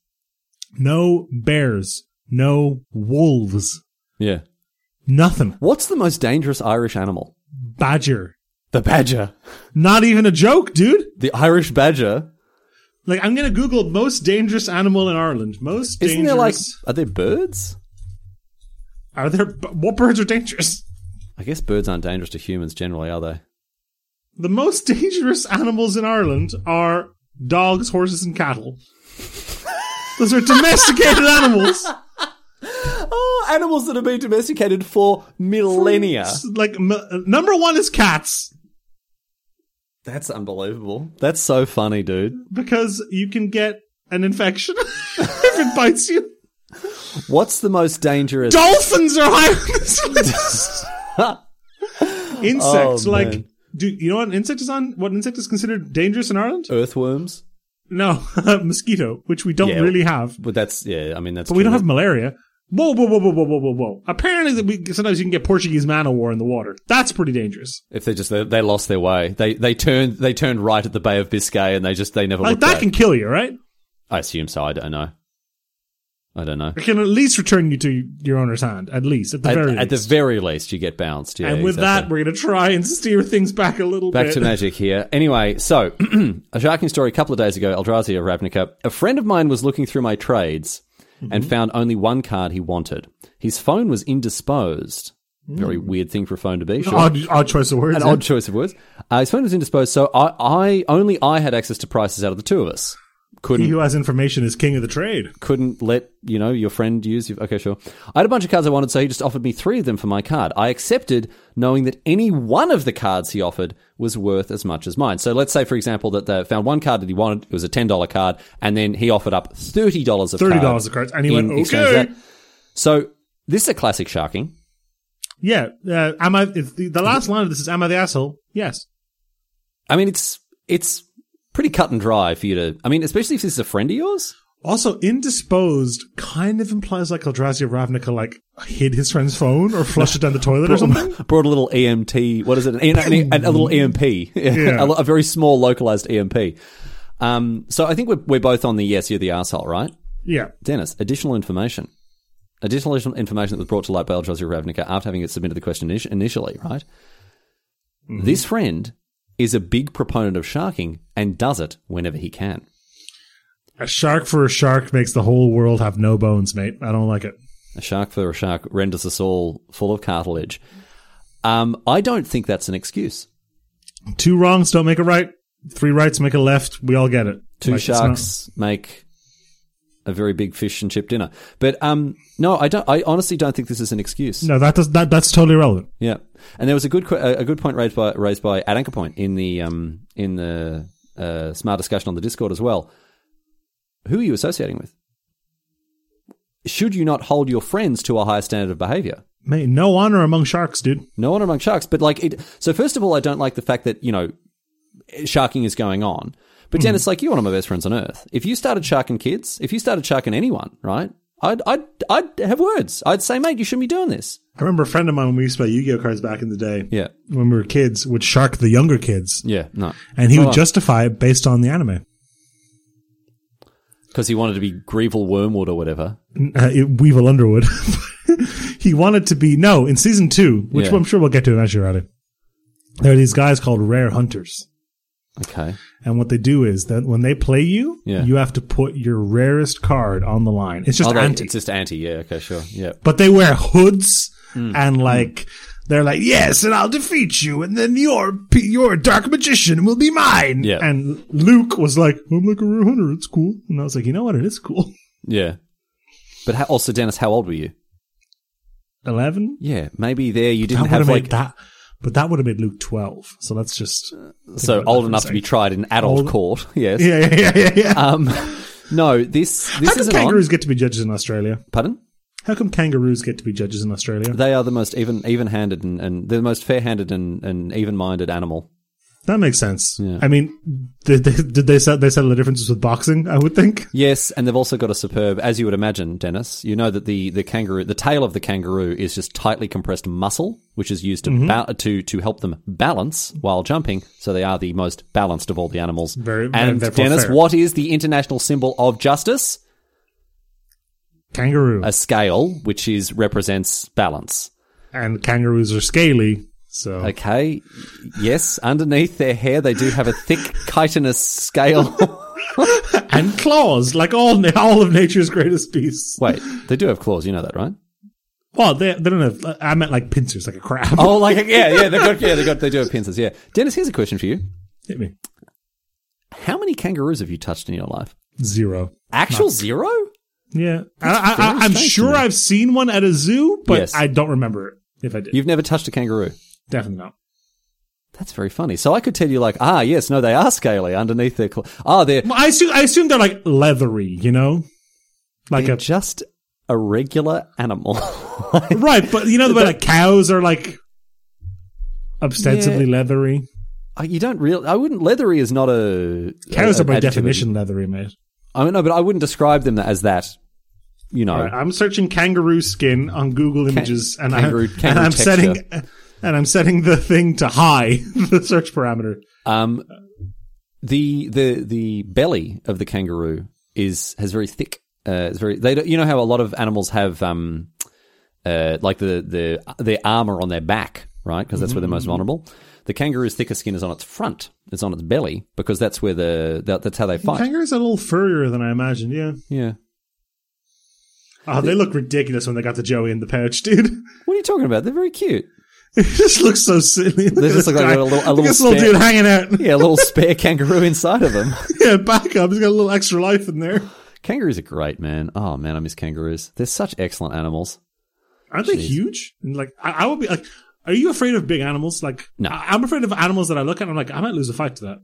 Speaker 2: No bears, no wolves,
Speaker 1: Yeah.
Speaker 2: nothing.
Speaker 1: What's the most dangerous Irish animal?
Speaker 2: Badger.
Speaker 1: The badger.
Speaker 2: Not even a joke, dude.
Speaker 1: The Irish badger.
Speaker 2: Like I'm gonna Google most dangerous animal in Ireland. Most
Speaker 1: Isn't there like
Speaker 2: dangerous.
Speaker 1: are there birds?
Speaker 2: are there what birds are dangerous?
Speaker 1: I guess birds aren't dangerous to humans generally, are they?
Speaker 2: The most dangerous animals in Ireland are dogs, horses, and cattle. Those are domesticated animals.
Speaker 1: Oh, animals that have been domesticated for millennia.
Speaker 2: Like m- number one is cats
Speaker 1: That's unbelievable. That's so funny, dude.
Speaker 2: because you can get an infection if it bites you.
Speaker 1: What's the most dangerous?
Speaker 2: Dolphins are high on this list. Insects,
Speaker 1: Oh,
Speaker 2: like,
Speaker 1: man.
Speaker 2: do you know what an insect is on? What an insect is considered dangerous in Ireland?
Speaker 1: Earthworms.
Speaker 2: No, mosquito, which we don't
Speaker 1: Yeah.
Speaker 2: really have.
Speaker 1: But that's yeah. I mean that's.
Speaker 2: But we don't have malaria. Whoa, whoa, whoa, whoa, whoa, whoa, whoa, whoa. Apparently, that we sometimes you can get Portuguese man o' war in the water. That's pretty dangerous.
Speaker 1: If they just they, they lost their way, they they turned they turned right at the Bay of Biscay and they just they never
Speaker 2: Like
Speaker 1: looked
Speaker 2: that
Speaker 1: back.
Speaker 2: can kill you, right?
Speaker 1: I assume so. I don't know. I don't know.
Speaker 2: It can at least return you to your owner's hand, at least at the
Speaker 1: At,
Speaker 2: very
Speaker 1: at the
Speaker 2: least.
Speaker 1: very least, you get bounced. Yeah,
Speaker 2: and with
Speaker 1: exactly.
Speaker 2: that, we're going to try and steer things back a little
Speaker 1: Back
Speaker 2: bit.
Speaker 1: to magic here. Anyway, so a shocking story a couple of days ago, Eldrazi of Ravnica. A friend of mine was looking through my trades and found only one card he wanted. His phone was indisposed. Very weird thing for a phone to be. Sure.
Speaker 2: odd, odd choice of words.
Speaker 1: An
Speaker 2: eh?
Speaker 1: odd choice of words. Uh, his phone was indisposed, so I, I only I had access to prices out of the two of us. Couldn't
Speaker 2: He who has information is king of the trade.
Speaker 1: couldn't let you know your friend use your okay sure i had a bunch of cards i wanted so he just offered me three of them for my card i accepted knowing that any one of the cards he offered was worth as much as mine so let's say for example that they found one card that he wanted it was a $10 card and then he offered up $30 of
Speaker 2: Thirty
Speaker 1: card
Speaker 2: dollars a card, and he
Speaker 1: in
Speaker 2: went
Speaker 1: exchange for
Speaker 2: okay.
Speaker 1: that. so this is a classic sharking
Speaker 2: Yeah, uh, am I? If the, the last line of this is "Am I the asshole?" Yes.
Speaker 1: i mean it's it's pretty cut and dry for you to i mean especially if this is a friend of yours
Speaker 2: Also, indisposed kind of implies like Eldrazi of Ravnica like hid his friend's phone or flushed it down the toilet or something.
Speaker 1: brought a little EMT. What is it? An, an, an- a little EMP, a, lo- a very small localized EMP. Um, so I think we're, we're both on the yes, you're the asshole, right?
Speaker 2: Yeah.
Speaker 1: Dennis, additional information. Additional issue- information that was brought to light by Eldrazi Ravnica after having it submitted the question init- initially, right?
Speaker 2: Mm-hmm.
Speaker 1: This friend is a big proponent of sharking and does it whenever he can.
Speaker 2: A shark for a shark makes the whole world have no bones, mate. I don't like it.
Speaker 1: A shark for a shark renders us all full of cartilage. Um, I don't think that's an excuse.
Speaker 2: Two wrongs don't make a right. Three rights make a left. We all get it.
Speaker 1: two
Speaker 2: Like, it's
Speaker 1: sharks make a very big fish and chip dinner. But um, no, I don't. I honestly don't think this is an excuse.
Speaker 2: not- no, that does that. That's totally relevant.
Speaker 1: Yeah, and there was a good que- a a good point raised by raised by at anchor point in the um in the uh, smart discussion on the Discord as well. Who are you associating with? Should you not hold your friends to a higher standard of behavior?
Speaker 2: Mate, no honor among sharks, dude.
Speaker 1: No one among sharks, but like it. So first of all, I don't like the fact that you know sharking is going on. But Dennis, like you're one of my best friends on earth. If you started sharking kids, if you started sharking anyone, right? I'd, I'd, I'd have words. I'd say, mate, you shouldn't be doing this.
Speaker 2: I remember a friend of mine when we used to play Yu-Gi-Oh cards back in the day.
Speaker 1: Yeah.
Speaker 2: When we were kids, would shark the younger kids,
Speaker 1: Yeah. No.
Speaker 2: and he
Speaker 1: Hold
Speaker 2: would
Speaker 1: on.
Speaker 2: justify it based on the anime.
Speaker 1: because he wanted to be Grievel Wormwood or whatever.
Speaker 2: uh, it- Weevil Underwood. he wanted to be no in season two, which
Speaker 1: Yeah.
Speaker 2: I'm sure we'll get to eventually. Roddy. There are these guys called rare hunters,
Speaker 1: Okay.
Speaker 2: and what they do is that when they play you,
Speaker 1: Yeah.
Speaker 2: you have to put your rarest card on the line. It's just
Speaker 1: Oh, they-
Speaker 2: anti,
Speaker 1: it's just anti. Yeah. Okay. Sure. Yeah.
Speaker 2: but they wear hoods
Speaker 1: Hmm.
Speaker 2: and like. They're like, yes, and I'll defeat you, and then your p- your dark magician will be mine.
Speaker 1: Yeah.
Speaker 2: And Luke was like, I'm like a rare hunter, it's cool. And I was like, you know what, it is cool.
Speaker 1: Yeah. But how, also, Dennis, how old were you?
Speaker 2: Eleven,
Speaker 1: Yeah. Maybe there you didn't
Speaker 2: that
Speaker 1: have
Speaker 2: would have made
Speaker 1: like
Speaker 2: that, but that would have made Luke twelve. So that's just
Speaker 1: so old enough to be tried in adult court. Yes.
Speaker 2: yeah, yeah, yeah, yeah. yeah.
Speaker 1: Um. No. This
Speaker 2: How
Speaker 1: this
Speaker 2: come
Speaker 1: isn't on.
Speaker 2: kangaroos get to be judges in Australia?
Speaker 1: Pardon.
Speaker 2: How come kangaroos get to be judges in Australia?
Speaker 1: They are the most even even-handed and, and they're the most fair-handed and, and even-minded animal.
Speaker 2: That makes sense. I mean, did they, did they set they settle the differences with boxing? I would think.
Speaker 1: Yes, and they've also got a superb, as you would imagine, Dennis. You know that the, the kangaroo, the tail of the kangaroo is just tightly compressed muscle, which is used to
Speaker 2: Mm-hmm.
Speaker 1: ba- to to help them balance while jumping. So they are the most balanced of all the animals.
Speaker 2: Very-
Speaker 1: and
Speaker 2: and therefore
Speaker 1: Dennis,
Speaker 2: fair.
Speaker 1: what is the international symbol of justice?
Speaker 2: Kangaroo
Speaker 1: A scale, which is represents balance.
Speaker 2: and kangaroos are scaly, so
Speaker 1: Okay. Yes, underneath their hair, they do have a thick chitinous scale.
Speaker 2: and claws like all na- all of nature's greatest beasts.
Speaker 1: Wait, they do have claws. You know that, right?
Speaker 2: Well, they they don't have. I meant like pincers, like a crab.
Speaker 1: Oh, like yeah, yeah. They got yeah, they got they do have pincers. Yeah, Dennis, here's a question for you.
Speaker 2: Hit me
Speaker 1: How many kangaroos have you touched in your life?
Speaker 2: zero.
Speaker 1: Actual zero?
Speaker 2: Yeah, I, I, I, I'm
Speaker 1: strange to
Speaker 2: sure
Speaker 1: me.
Speaker 2: I've seen one at a zoo, but
Speaker 1: Yes.
Speaker 2: I don't remember it. If I did,
Speaker 1: You've never touched a kangaroo.
Speaker 2: definitely not.
Speaker 1: That's very funny. So I could tell you, like, ah, yes, no, they are scaly underneath their claw. Ah, they're,
Speaker 2: Well, I assume I assume they're like leathery, you know, like
Speaker 1: they're
Speaker 2: a
Speaker 1: just a regular animal.
Speaker 2: right. But you know the way like cows are like ostensibly leathery.
Speaker 1: Uh, you don't real. I wouldn't. Leathery is not a
Speaker 2: Cows
Speaker 1: a-
Speaker 2: are by
Speaker 1: an adjective.
Speaker 2: definition leathery, mate.
Speaker 1: I mean, no, but I wouldn't describe them as that. You know,
Speaker 2: Right, I'm searching kangaroo skin on Google Images, and,
Speaker 1: kangaroo-
Speaker 2: I, and
Speaker 1: kangaroo
Speaker 2: I'm
Speaker 1: texture.
Speaker 2: setting and I'm setting the thing to high the search parameter.
Speaker 1: um, the the the belly of the kangaroo is has very thick. Uh, it's very. They don't, you know how a lot of animals have um, uh, like the the their armor on their back, right? Because that's where they're most vulnerable. The kangaroo's thicker skin is on its front. It's on its belly because that's where the that, that's how they fight.
Speaker 2: Kangaroos are a little furrier than I imagined. Yeah,
Speaker 1: yeah.
Speaker 2: oh, they look ridiculous when they got the Joey in the pouch, dude.
Speaker 1: What are you talking about? They're very cute.
Speaker 2: It just looks so silly. Look at
Speaker 1: just
Speaker 2: this
Speaker 1: look like
Speaker 2: guy.
Speaker 1: a little- a
Speaker 2: Look at
Speaker 1: little
Speaker 2: this little
Speaker 1: spare-
Speaker 2: dude hanging out.
Speaker 1: Yeah, a little spare kangaroo inside of them.
Speaker 2: yeah, back up. He's got a little extra life in there.
Speaker 1: Kangaroos are great, man. Oh man, I miss kangaroos. They're such excellent animals.
Speaker 2: Aren't they huge? And like, I, I would be like, are you afraid of big animals? Like,
Speaker 1: No.
Speaker 2: I, am afraid of animals that I look at. and I'm like, I might lose a fight to that.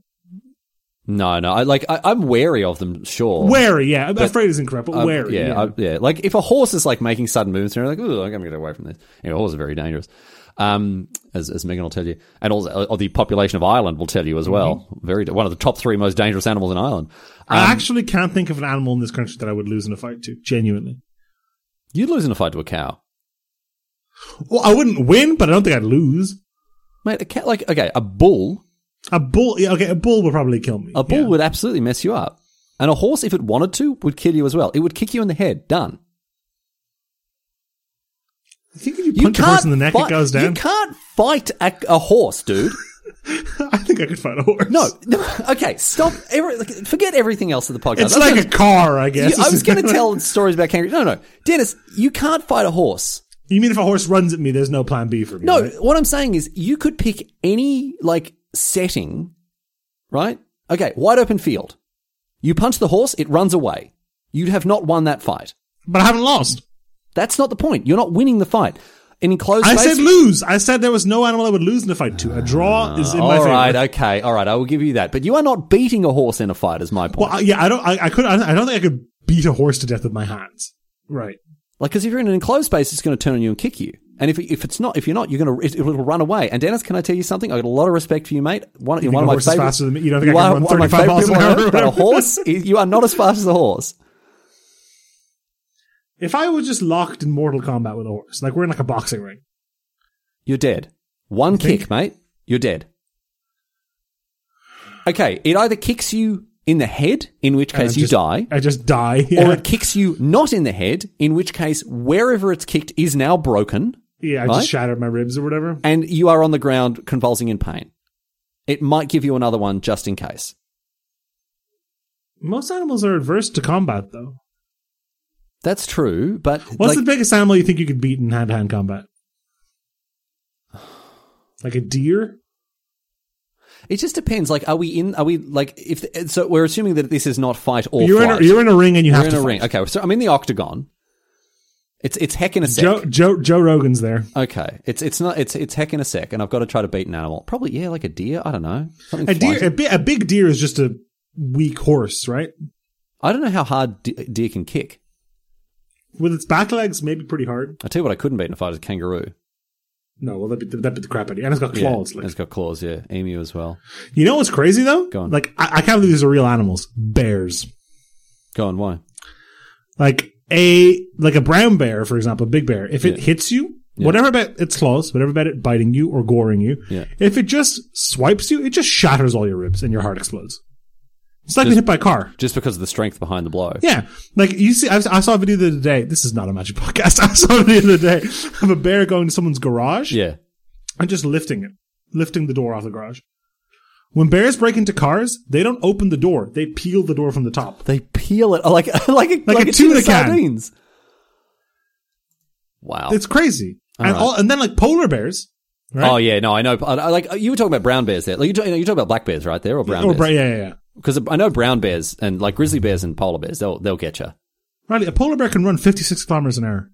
Speaker 1: No, no, I like I, I'm wary of them. Sure,
Speaker 2: Wary, yeah. afraid is incorrect, but wary.
Speaker 1: uh, yeah,
Speaker 2: Yeah,
Speaker 1: I- yeah. Like if a horse is like making sudden movements, you're like, "Ooh, I'm gonna get away from this." You know, horses are very dangerous, um, as as Megan will tell you, and also uh, the population of Ireland will tell you as well.
Speaker 2: Mm-hmm.
Speaker 1: Very one of the top three most dangerous animals in Ireland. Um,
Speaker 2: I actually can't think of an animal in this country that I would lose in a fight to. Genuinely,
Speaker 1: You'd lose in a fight to a cow,
Speaker 2: well, I wouldn't win, but I don't think I'd lose.
Speaker 1: mate. A cow, like okay, a bull,
Speaker 2: A bull, yeah, okay, a bull would probably kill me.
Speaker 1: a bull
Speaker 2: yeah.
Speaker 1: would absolutely mess you up, and a horse, if it wanted to, would kill you as well. It would kick you in the head. Done.
Speaker 2: I think if you
Speaker 1: You
Speaker 2: punch a
Speaker 1: can't
Speaker 2: horse in the neck,
Speaker 1: fight-
Speaker 2: it goes
Speaker 1: You
Speaker 2: down.
Speaker 1: can't fight a, a horse, dude.
Speaker 2: I think I could fight a horse.
Speaker 1: No, no. Okay, stop. Every, like, forget everything else of the podcast.
Speaker 2: It's
Speaker 1: I'm
Speaker 2: like
Speaker 1: gonna-
Speaker 2: a car, I guess.
Speaker 1: Yeah, I was going to tell stories about kangaroos. No, no, Dennis, you can't fight a horse.
Speaker 2: You mean if a horse runs at me, there's no plan B for me?
Speaker 1: No,
Speaker 2: right?
Speaker 1: what I'm saying is you could pick any like setting, right? Okay, wide open field. You punch the horse, it runs away. You have not won that fight.
Speaker 2: but I haven't lost.
Speaker 1: That's not the point. You're not winning the fight. An enclosed
Speaker 2: I
Speaker 1: space.
Speaker 2: said lose. I said there was no animal I would lose in a fight to. A draw is in my
Speaker 1: Ah, all
Speaker 2: favor.
Speaker 1: right, okay, all right. I will give you that, but you are not beating a horse in a fight. Is my point?
Speaker 2: well, I- yeah, I don't. I, I could. I don't think I could beat a horse to death with my hands. Right.
Speaker 1: Like, because if you're in an enclosed space, it's going to turn on you and kick you. And if, if it's not, if you're not, you're gonna it, it'll run away. And Dennis, can I tell you something? I got a lot of respect for you, mate. One, you
Speaker 2: think
Speaker 1: one
Speaker 2: a
Speaker 1: of my
Speaker 2: horse is
Speaker 1: favorite,
Speaker 2: faster than me? You don't think I can run
Speaker 1: one of my
Speaker 2: 35
Speaker 1: favorite
Speaker 2: miles
Speaker 1: people
Speaker 2: an
Speaker 1: on
Speaker 2: hour
Speaker 1: earth,
Speaker 2: or
Speaker 1: but a
Speaker 2: whatever?
Speaker 1: horse, is- you are not as fast as a horse.
Speaker 2: If I was just locked in Mortal Kombat with a horse, like we're in like a boxing ring,
Speaker 1: You're dead. One kick,
Speaker 2: think?
Speaker 1: mate. You're dead. Okay, it either kicks you in the head, in which
Speaker 2: and
Speaker 1: case
Speaker 2: I
Speaker 1: you
Speaker 2: just-
Speaker 1: die,
Speaker 2: I just die.
Speaker 1: or
Speaker 2: Yeah,
Speaker 1: it kicks you not in the head, in which case wherever it's kicked is now broken,
Speaker 2: yeah I
Speaker 1: right?
Speaker 2: just shattered my ribs or whatever.
Speaker 1: and you are on the ground convulsing in pain. It might give you another one just in case.
Speaker 2: Most animals are adverse to combat, though.
Speaker 1: That's true, but
Speaker 2: What's
Speaker 1: like,
Speaker 2: the biggest animal you think you could beat in hand to hand combat? Like a deer?
Speaker 1: it just depends. Like, are we in? Are we like if so? We're assuming that this is not fight or
Speaker 2: you're
Speaker 1: flight.
Speaker 2: in a, you're in a ring and you
Speaker 1: We're
Speaker 2: have
Speaker 1: in
Speaker 2: to
Speaker 1: a
Speaker 2: fight.
Speaker 1: ring. Okay, so I'm in the octagon. It's it's heck in a sec.
Speaker 2: Joe, Joe Joe Rogan's there.
Speaker 1: Okay, it's it's not it's it's heck in a sec, and I've got to try to beat an animal. Probably yeah, like a deer. I don't know. Something
Speaker 2: A deer,
Speaker 1: flighty.
Speaker 2: a, bi- a big deer is just a weak horse, right?
Speaker 1: I don't know how hard de- deer can kick.
Speaker 2: With its back legs, maybe pretty hard.
Speaker 1: I tell you what, I couldn't beat in a fight is a kangaroo.
Speaker 2: No, well, that bit, that bit the crap out of you, and it's got
Speaker 1: Yeah,
Speaker 2: claws. like,
Speaker 1: it's got claws. Yeah, emu as well.
Speaker 2: you know what's crazy though?
Speaker 1: Go on.
Speaker 2: Like, I, I can't believe these are real animals. Bears,
Speaker 1: Go on, why?
Speaker 2: like a like a brown bear, for example, a big bear. If it
Speaker 1: Yeah.
Speaker 2: hits you, whatever about its claws, whatever about it biting you or goring you,
Speaker 1: Yeah.
Speaker 2: if it just swipes you, it just shatters all your ribs and your heart explodes. It's like being
Speaker 1: Just-
Speaker 2: hit by a car.
Speaker 1: Just because of the strength behind the blow.
Speaker 2: Yeah, like you see, I, I saw a video the other day. This is not a magic podcast. I saw a video the other day of a bear going to someone's garage
Speaker 1: Yeah.
Speaker 2: and just lifting it, lifting the door off the garage. When bears break into cars, they don't open the door; they peel the door from the top.
Speaker 1: They peel it oh, like like a, like,
Speaker 2: a
Speaker 1: a tin of
Speaker 2: tuna can.
Speaker 1: sardines. Wow.
Speaker 2: It's crazy. and
Speaker 1: right.
Speaker 2: all, and then like polar bears, right?
Speaker 1: Oh yeah, no, I know. I, I, like you were talking about brown bears there. Like you talk- you know, you're talking about black bears, right there, or brown
Speaker 2: or
Speaker 1: bears?
Speaker 2: bra- yeah, yeah, yeah.
Speaker 1: Because I know brown bears and like grizzly bears and polar bears, they'll they'll get you.
Speaker 2: Riley, a polar bear can run fifty-six kilometers an hour.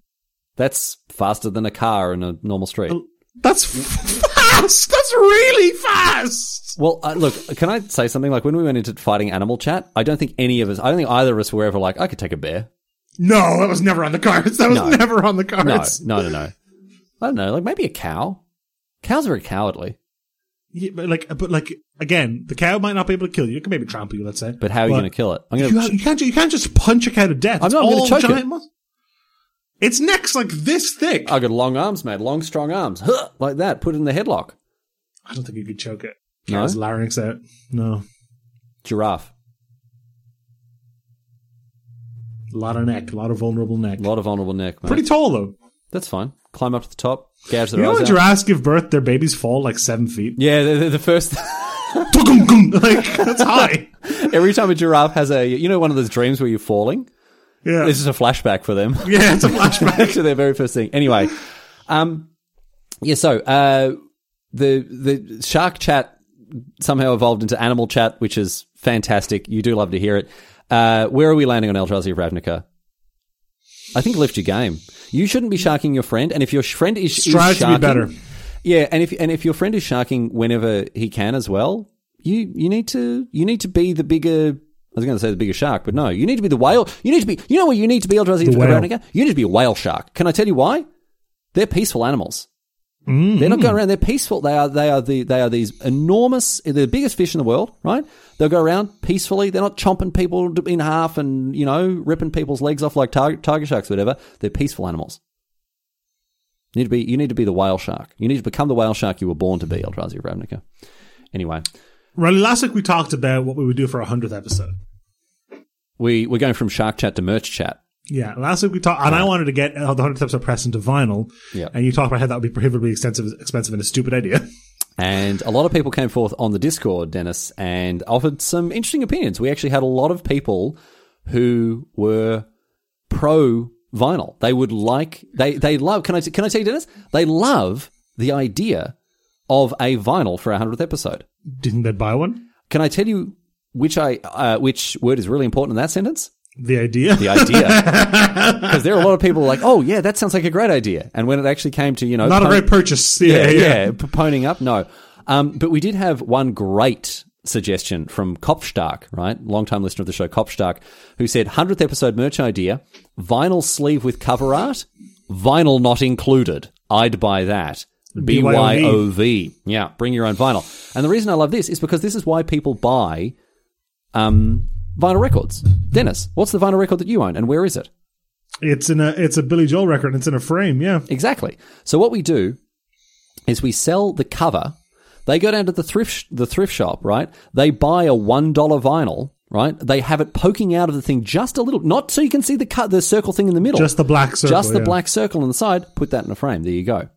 Speaker 1: That's faster than a car in a normal street.
Speaker 2: That's fast. That's really fast.
Speaker 1: Well, uh, look, can I say something? Like when we went into fighting animal chat, I don't think any of us, I don't think either of us were ever like, I could take a bear.
Speaker 2: No, that was never on the cards. That was
Speaker 1: No.
Speaker 2: never on the
Speaker 1: No,
Speaker 2: cards.
Speaker 1: no, no, no. I don't know, like maybe a cow. Cows are very cowardly,
Speaker 2: Yeah, but like, but like again, the cow might not be able to kill you. It can maybe trample you. Let's say.
Speaker 1: but how are you going to kill it? I'm
Speaker 2: You,
Speaker 1: going
Speaker 2: ha- you can't. ju- You can't just punch a cow to death.
Speaker 1: I'm
Speaker 2: It's
Speaker 1: not, I'm gonna
Speaker 2: all
Speaker 1: choke
Speaker 2: giant
Speaker 1: it.
Speaker 2: mus- Its neck's like this thick.
Speaker 1: I got long arms, mate. Long, strong arms, Huh, like that. Put it in the headlock.
Speaker 2: I don't think you could choke it.
Speaker 1: No?
Speaker 2: Cow's larynx out. No,
Speaker 1: Giraffe.
Speaker 2: a lot of neck. A lot of vulnerable neck.
Speaker 1: A lot of vulnerable neck, mate.
Speaker 2: Pretty tall though.
Speaker 1: That's fine. Climb up to the top. Gouge their
Speaker 2: You know
Speaker 1: eyes
Speaker 2: when
Speaker 1: out.
Speaker 2: giraffes give birth, their babies fall like seven feet.
Speaker 1: yeah, the, the- the first.
Speaker 2: Tung-gung-gung. like that's high.
Speaker 1: every time a giraffe has a, you know, one of those dreams where you're falling.
Speaker 2: Yeah,
Speaker 1: This is a flashback for them.
Speaker 2: yeah. It's a flashback.
Speaker 1: back to their very first thing. Anyway, um, yeah. So uh, the the shark chat somehow evolved into animal chat, which is fantastic. You do love to hear it. Uh, where are we landing on Eldrazi of Ravnica? I think lift your game. You shouldn't be sharking your friend, and if your friend is is
Speaker 2: Strive to be
Speaker 1: sharking-
Speaker 2: better.
Speaker 1: yeah, and if and if your friend is sharking whenever he can as well, you you need to you need to be the bigger. I was going to say the bigger shark, but no, you need to be the whale. You need to be. You know where you need to be, Eldrazi
Speaker 2: whale.
Speaker 1: Veronica? You need to be a whale shark. Can I tell you why? They're peaceful animals. They're not going around. They're peaceful. They are. They are the. They are these enormous. They're the biggest fish in the world, right? They'll go around peacefully. They're not chomping people in half and you know ripping people's legs off like tiger, tiger sharks, or whatever. They're peaceful animals. You need to be. You need to be the whale shark. You need to become the whale shark you were born to be, Eldrazi Ravnica. Anyway,
Speaker 2: Riley, last week we talked about what we would do for our hundredth episode.
Speaker 1: we we're going from shark chat to merch chat.
Speaker 2: Yeah, last week we talked, and I wanted to get uh, the hundredth episode pressed into vinyl.
Speaker 1: Yeah.
Speaker 2: and you talked about how that would be prohibitively expensive, expensive, and a stupid idea.
Speaker 1: And a lot of people came forth on the Discord, Dennis, and offered some interesting opinions. We actually had a lot of people who were pro vinyl. They would like they they love. Can I can I tell you, Dennis? They love the idea of a vinyl for our hundredth episode.
Speaker 2: Do you think they'd buy one?
Speaker 1: Can I tell you which I uh, which word is really important in that sentence?
Speaker 2: The idea.
Speaker 1: The idea, because there are a lot of people like, oh yeah, that sounds like a great idea. And when it actually came to you know
Speaker 2: Not a
Speaker 1: punk-
Speaker 2: great purchase. Yeah,
Speaker 1: yeah, yeah,
Speaker 2: yeah.
Speaker 1: p- poning up. No, um, but we did have one great suggestion from Kopstark, right? Longtime listener of the show, Kopstark, who said hundredth episode merch idea: vinyl sleeve with cover art, vinyl not included. I'd buy that.
Speaker 2: BYOV.
Speaker 1: BYOV. Yeah, bring your own vinyl. And the reason I love this is because this is why people buy um, vinyl records. Dennis, what's the vinyl record that you own and where is it?
Speaker 2: It's in a it's a Billy Joel record and it's in a frame, yeah.
Speaker 1: Exactly. So what we do is we sell the cover. They go down to the thrift sh- the thrift shop, right? They buy a one dollar vinyl, right? They have it poking out of the thing just a little, not so you can see the cut the circle thing in the middle,
Speaker 2: Just the black circle.
Speaker 1: Just the
Speaker 2: yeah.
Speaker 1: black circle on the side. Put that in a frame. There you go.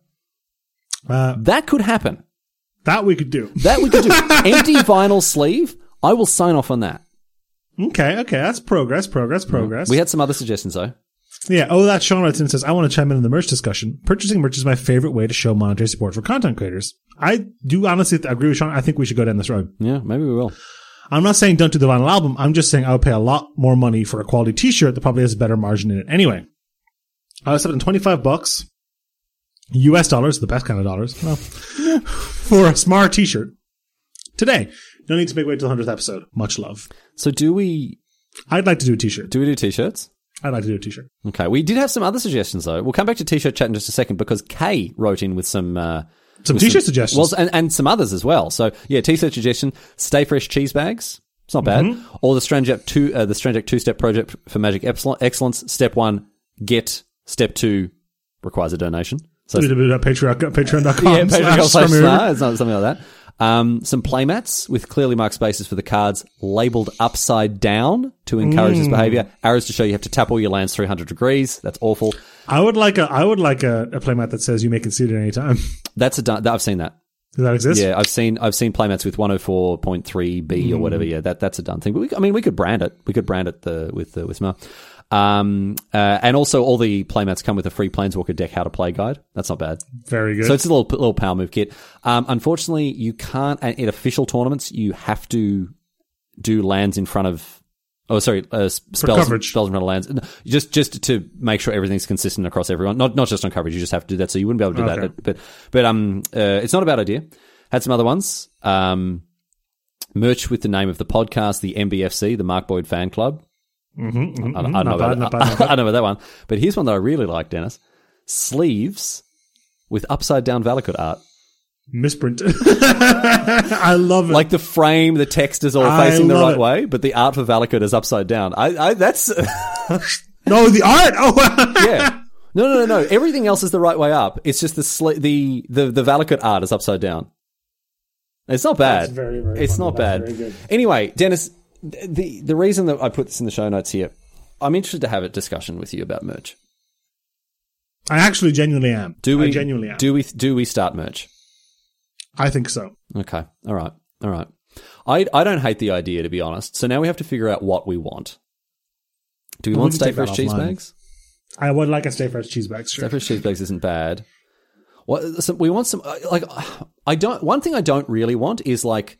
Speaker 2: Uh,
Speaker 1: That could happen.
Speaker 2: that we could do.
Speaker 1: That we could do. Empty vinyl sleeve. I will sign off on that.
Speaker 2: Okay, okay, that's progress, progress, progress.
Speaker 1: Mm-hmm. We had some other suggestions though.
Speaker 2: Yeah. Oh, that Sean writes in and says, I want to chime in on the merch discussion. Purchasing merch is my favorite way to show monetary support for content creators. I do honestly th- agree with Sean. I think we should go down this road.
Speaker 1: Yeah, maybe we will.
Speaker 2: I'm not saying don't do the vinyl album. I'm just saying I would pay a lot more money for a quality t-shirt that probably has a better margin in it. Anyway, I was up in 25 bucks, US dollars, the best kind of dollars, well, for a smart t-shirt today. No need to make wait till the 100th episode. Much love.
Speaker 1: So do we
Speaker 2: I'd like to do a t-shirt.
Speaker 1: do we do t-shirts?
Speaker 2: I'd like to do a t-shirt.
Speaker 1: Okay, we did have some other suggestions though. We'll come back to t-shirt chat in just a second because Kay wrote in with some uh,
Speaker 2: Some
Speaker 1: with
Speaker 2: t-shirt suggestions.
Speaker 1: well, and, and some others as well. So yeah, t-shirt suggestion: Stay Fresh cheese bags. It's not bad. Or the Strange Act two, uh, the Strange Act two step project for Magic Epsilon- Excellence. Step one, get. Step two requires a donation. So
Speaker 2: www.patreon.com patreon.com
Speaker 1: yeah,
Speaker 2: slash
Speaker 1: Patreon slash
Speaker 2: Scrum Reader.
Speaker 1: Star, it's not something like that. Um, some playmats with clearly marked spaces for the cards labeled upside down to encourage this behavior. Arrows to show you have to tap all your lands 300 degrees. That's awful.
Speaker 2: I would like a I would like a, a playmat that says you may concede at any time. Does
Speaker 1: That's a done. That, I've seen that.
Speaker 2: that exist?
Speaker 1: Yeah, I've seen I've seen playmats with 104.3b or whatever. Yeah, that that's a done thing. But we, I mean, we could brand it. We could brand it the with the with Smar. Um, uh, and also all the playmats come with a free Planeswalker deck how to play guide. That's not bad.
Speaker 2: Very good.
Speaker 1: So it's a little little power move kit. Um, unfortunately, you can't at at official tournaments. You have to do lands in front of. Oh, sorry, uh, s- spells
Speaker 2: coverage.
Speaker 1: spells in front of lands. No, Just just to make sure everything's consistent across everyone. Not not just on coverage. You just have to do that. So you wouldn't be able to do
Speaker 2: Okay.
Speaker 1: that. But but, but um, uh, it's not a bad idea. Had some other ones. Um, merch with the name of the podcast, the MBFC, the Mark Boyd Fan Club. I, don't- I don't know
Speaker 2: Mm-hmm, Not bad,
Speaker 1: about
Speaker 2: not
Speaker 1: that.
Speaker 2: bad, not
Speaker 1: I don't know about that one. But here's one that I really like, Dennis. Sleeves with upside down Valakut art.
Speaker 2: Misprint. I love it.
Speaker 1: Like the frame, the text is all
Speaker 2: I
Speaker 1: facing the
Speaker 2: love
Speaker 1: right
Speaker 2: it.
Speaker 1: way, but the art for Valakut is upside down. I, I that's
Speaker 2: no, the art. Oh,
Speaker 1: yeah. No, no, no, no. Everything else is the right way up. It's just the sli- the the the Valakut art is upside down. It's not bad.
Speaker 2: That's very, very
Speaker 1: it's
Speaker 2: funny.
Speaker 1: not
Speaker 2: That's
Speaker 1: bad.
Speaker 2: very good.
Speaker 1: Anyway, Dennis, th- the the reason that I put this in the show notes here, I'm interested to have a discussion with you about merch.
Speaker 2: I actually genuinely am.
Speaker 1: Do we
Speaker 2: I genuinely am.
Speaker 1: do we do we start merch?
Speaker 2: I think so.
Speaker 1: Okay. All right. All right. I I don't hate the idea to be honest. So now we have to figure out what we want. Do we
Speaker 2: Well,
Speaker 1: want
Speaker 2: we can
Speaker 1: stay
Speaker 2: take that
Speaker 1: fresh cheese
Speaker 2: offline.
Speaker 1: bags?
Speaker 2: I would like a stay fresh cheese bag. Sure.
Speaker 1: Stay fresh cheese bags isn't bad. What some, we want some uh, like I don't. One thing I don't really want is like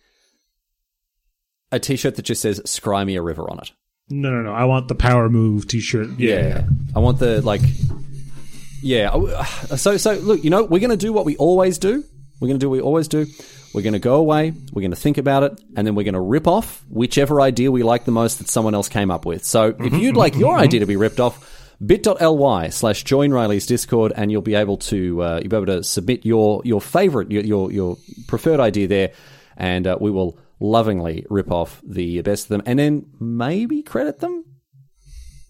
Speaker 1: a T-shirt that just says "Scry me a river" on it.
Speaker 2: No, no, no. I want the power move T-shirt.
Speaker 1: I want the like. Yeah. I- So so look, you know, we're going to do what we always do. We're going to do what we always do. We're going to go away. We're going to think about it, and then we're going to rip off whichever idea we like the most that someone else came up with. So if you'd like your idea to be ripped off. Bit.ly slash join Riley's Discord, and you'll be able to uh, you'll be able to submit your your favorite your your, your preferred idea there, and uh, we will lovingly rip off the best of them, and then maybe credit them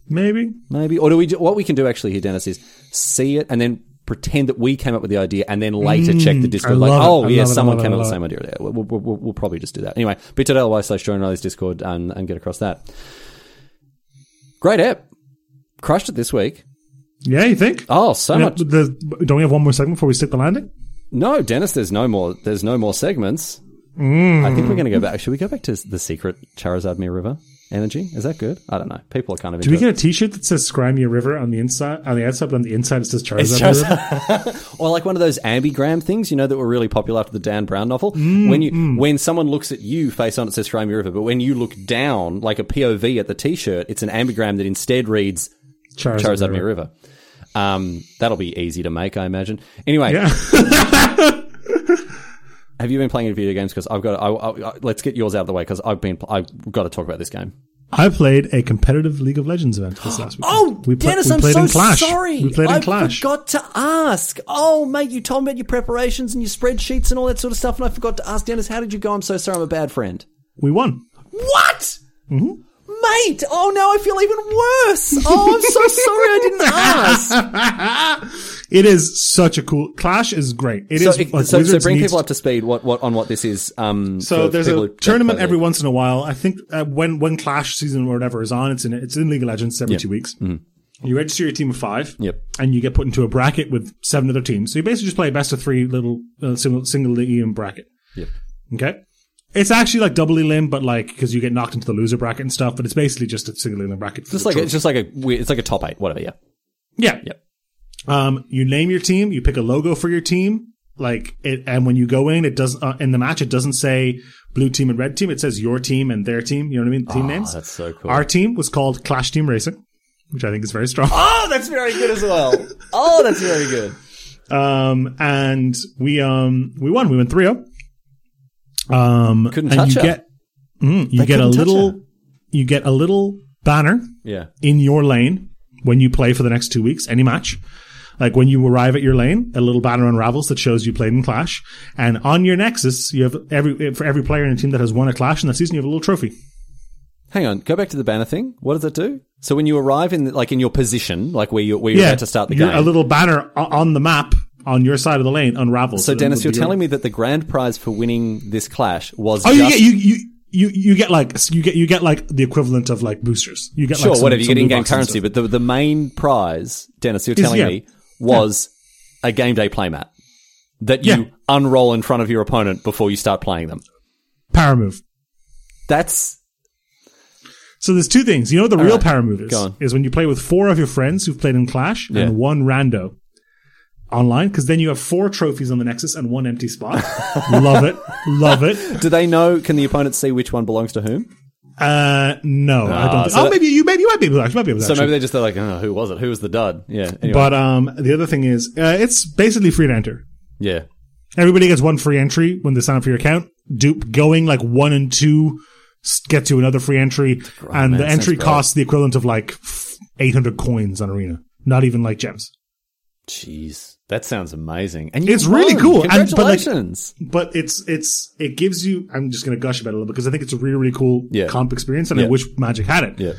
Speaker 2: Maybe.
Speaker 1: Maybe, or do we? Do, what we can do actually here, Dennis, is see it and then pretend that we came up with the idea, and then later check the Discord.
Speaker 2: Mm, I
Speaker 1: Like,
Speaker 2: love it.
Speaker 1: oh
Speaker 2: I
Speaker 1: yeah,
Speaker 2: love it, I
Speaker 1: someone
Speaker 2: love it,
Speaker 1: came
Speaker 2: I
Speaker 1: up with
Speaker 2: love
Speaker 1: the same idea. Yeah, we'll, we'll, we'll, we'll probably just do that anyway. Bit.ly slash join Riley's Discord and, and get across that. Great app, crushed it this week.
Speaker 2: Yeah, you think?
Speaker 1: Oh, so
Speaker 2: Yeah,
Speaker 1: much.
Speaker 2: the- don't we have one more segment before we stick the landing?
Speaker 1: No, Dennis, there's no more. There's no more segments.
Speaker 2: Mm.
Speaker 1: I think we're going to go back. Should we go back to the secret Charizard Mere River energy? Is that good? I don't know. People are kind of.
Speaker 2: Do we get a T-shirt that says "Scrimey River" on the inside, on the outside, but on the inside it says Charizard?
Speaker 1: Charizard.
Speaker 2: River?
Speaker 1: Or like one of those ambigram things, you know, that were really popular after the Dan Brown novel. when you when someone looks at you face on, it says Crimea River, but when you look down, like a POV at the T-shirt, it's an ambigram that instead reads
Speaker 2: Charizard,
Speaker 1: Charizard Mere River. Um, that'll be easy to make, I imagine. Anyway,
Speaker 2: Yeah.
Speaker 1: have you been playing any video games? Because I've got. I, I, I- let's get yours out of the way because I've been. I've got to talk about this game.
Speaker 2: I played a competitive League of Legends event this last week.
Speaker 3: Oh,
Speaker 2: we pla-
Speaker 3: Dennis,
Speaker 2: we
Speaker 3: I'm
Speaker 2: played
Speaker 3: so
Speaker 2: in Clash.
Speaker 3: sorry.
Speaker 2: We played in
Speaker 3: I
Speaker 2: Clash.
Speaker 3: forgot to ask. Oh, mate, you told me about your preparations and your spreadsheets and all that sort of stuff, and I forgot to ask Dennis, how did you go? I'm so sorry, I'm a bad friend.
Speaker 2: We won.
Speaker 3: What?
Speaker 2: Mm-hmm.
Speaker 3: Mate, oh no, I feel even worse. Oh, I'm so sorry I didn't ask.
Speaker 2: It is such a cool Clash is great. It
Speaker 1: So,
Speaker 2: is
Speaker 1: it-
Speaker 2: like
Speaker 1: so, so
Speaker 2: Wizards
Speaker 1: bring
Speaker 2: needs
Speaker 1: people up to speed what, what on what this is. Um,
Speaker 2: So
Speaker 1: for
Speaker 2: there's
Speaker 1: people who
Speaker 2: a
Speaker 1: don't
Speaker 2: tournament
Speaker 1: play
Speaker 2: every
Speaker 1: League.
Speaker 2: once in a while. I think uh, when when Clash season or whatever is on, it's in it's in League of Legends it's every two weeks. You register your team of five,
Speaker 1: Mm-hmm. Yep.
Speaker 2: and you get put into a bracket with seven other teams. So you basically just play a best of three little uh, single single EM bracket.
Speaker 1: Yep.
Speaker 2: Okay, it's actually like double elim, but like because you get knocked into the loser bracket and stuff. But it's basically just a single elim bracket. for
Speaker 1: It's
Speaker 2: the
Speaker 1: like
Speaker 2: trophy.
Speaker 1: it's just like a weird- it's like a top eight, whatever. Yeah,
Speaker 2: Yeah.
Speaker 1: Yep.
Speaker 2: Um, you name your team, you pick a logo for your team, like it, and when you go in, it doesn't, uh, in the match, it doesn't say blue team and red team. It says your team and their team. You know what I mean? Team names.
Speaker 1: Ah, that's so cool.
Speaker 2: Our team was called Clash Team Racing, which I think is very strong.
Speaker 3: Oh, that's very good as well. Oh, that's very good.
Speaker 2: Um, and we, um, we won. We won 3 0. Um,
Speaker 1: Couldn't
Speaker 2: and
Speaker 1: touch
Speaker 2: you
Speaker 1: her.
Speaker 2: get, mm, you get a
Speaker 1: couldn't touch her.
Speaker 2: little, you get a little banner
Speaker 1: yeah.
Speaker 2: in your lane when you play for the next two weeks, any match. Like when you arrive at your lane, a little banner unravels that shows you played in Clash, and on your Nexus, you have every for every player in a team that has won a Clash in that season, you have a little trophy.
Speaker 1: Hang on, go back to the banner thing. What does it do? So when you arrive in like in your position, like where you where you're about to start the
Speaker 2: you're-
Speaker 1: game,
Speaker 2: a little banner o- on the map on your side of the lane unravels.
Speaker 1: So Dennis, you're telling me that the grand prize for winning this clash was
Speaker 2: Oh,
Speaker 1: just,
Speaker 2: you get you you. You, you get like you get you get like the equivalent of like boosters. You get
Speaker 1: sure
Speaker 2: like some-
Speaker 1: whatever you
Speaker 2: some
Speaker 1: get
Speaker 2: loot
Speaker 1: in game
Speaker 2: boxes and
Speaker 1: currency,
Speaker 2: stuff.
Speaker 1: but the the main prize, Dennis, you're telling
Speaker 2: yeah.
Speaker 1: me was a game day playmat that you
Speaker 2: Yeah.
Speaker 1: unroll in front of your opponent before you start playing them.
Speaker 2: power move.
Speaker 1: That's
Speaker 2: So there's two things. You know what the real
Speaker 1: right.
Speaker 2: power move is?
Speaker 1: Go on.
Speaker 2: Is when you play with four of your friends who've played in Clash
Speaker 1: Yeah.
Speaker 2: and one rando online, because then you have four trophies on the Nexus and one empty spot. love it. Love it.
Speaker 1: do they know? Can the opponent see which one belongs to whom?
Speaker 2: Uh, no, I
Speaker 1: Ah,
Speaker 2: don't think.
Speaker 1: so
Speaker 2: oh,
Speaker 1: that-
Speaker 2: maybe you, maybe you might be able to, you might be able to
Speaker 1: So
Speaker 2: actually.
Speaker 1: maybe they just they're like, oh, who was it? Who was the dud? Yeah, anyway,
Speaker 2: But, um, the other thing is, uh, it's basically free to enter.
Speaker 1: yeah.
Speaker 2: Everybody gets one free entry when they sign up for your account. Dupe going like one and two s- get you another free entry,
Speaker 1: man,
Speaker 2: and the
Speaker 1: sounds
Speaker 2: entry
Speaker 1: great.
Speaker 2: costs the equivalent of like f- 800 coins on Arena. Not even like gems.
Speaker 1: Jeez, that sounds amazing, and you
Speaker 2: It's really
Speaker 1: won.
Speaker 2: cool. And- but, like-
Speaker 1: Congratulations!
Speaker 2: but it's it's it gives you i'm just going to gush about it a little because i think it's a really really cool
Speaker 1: Yeah.
Speaker 2: comp experience and
Speaker 1: Yeah.
Speaker 2: i wish magic had it
Speaker 1: Yeah.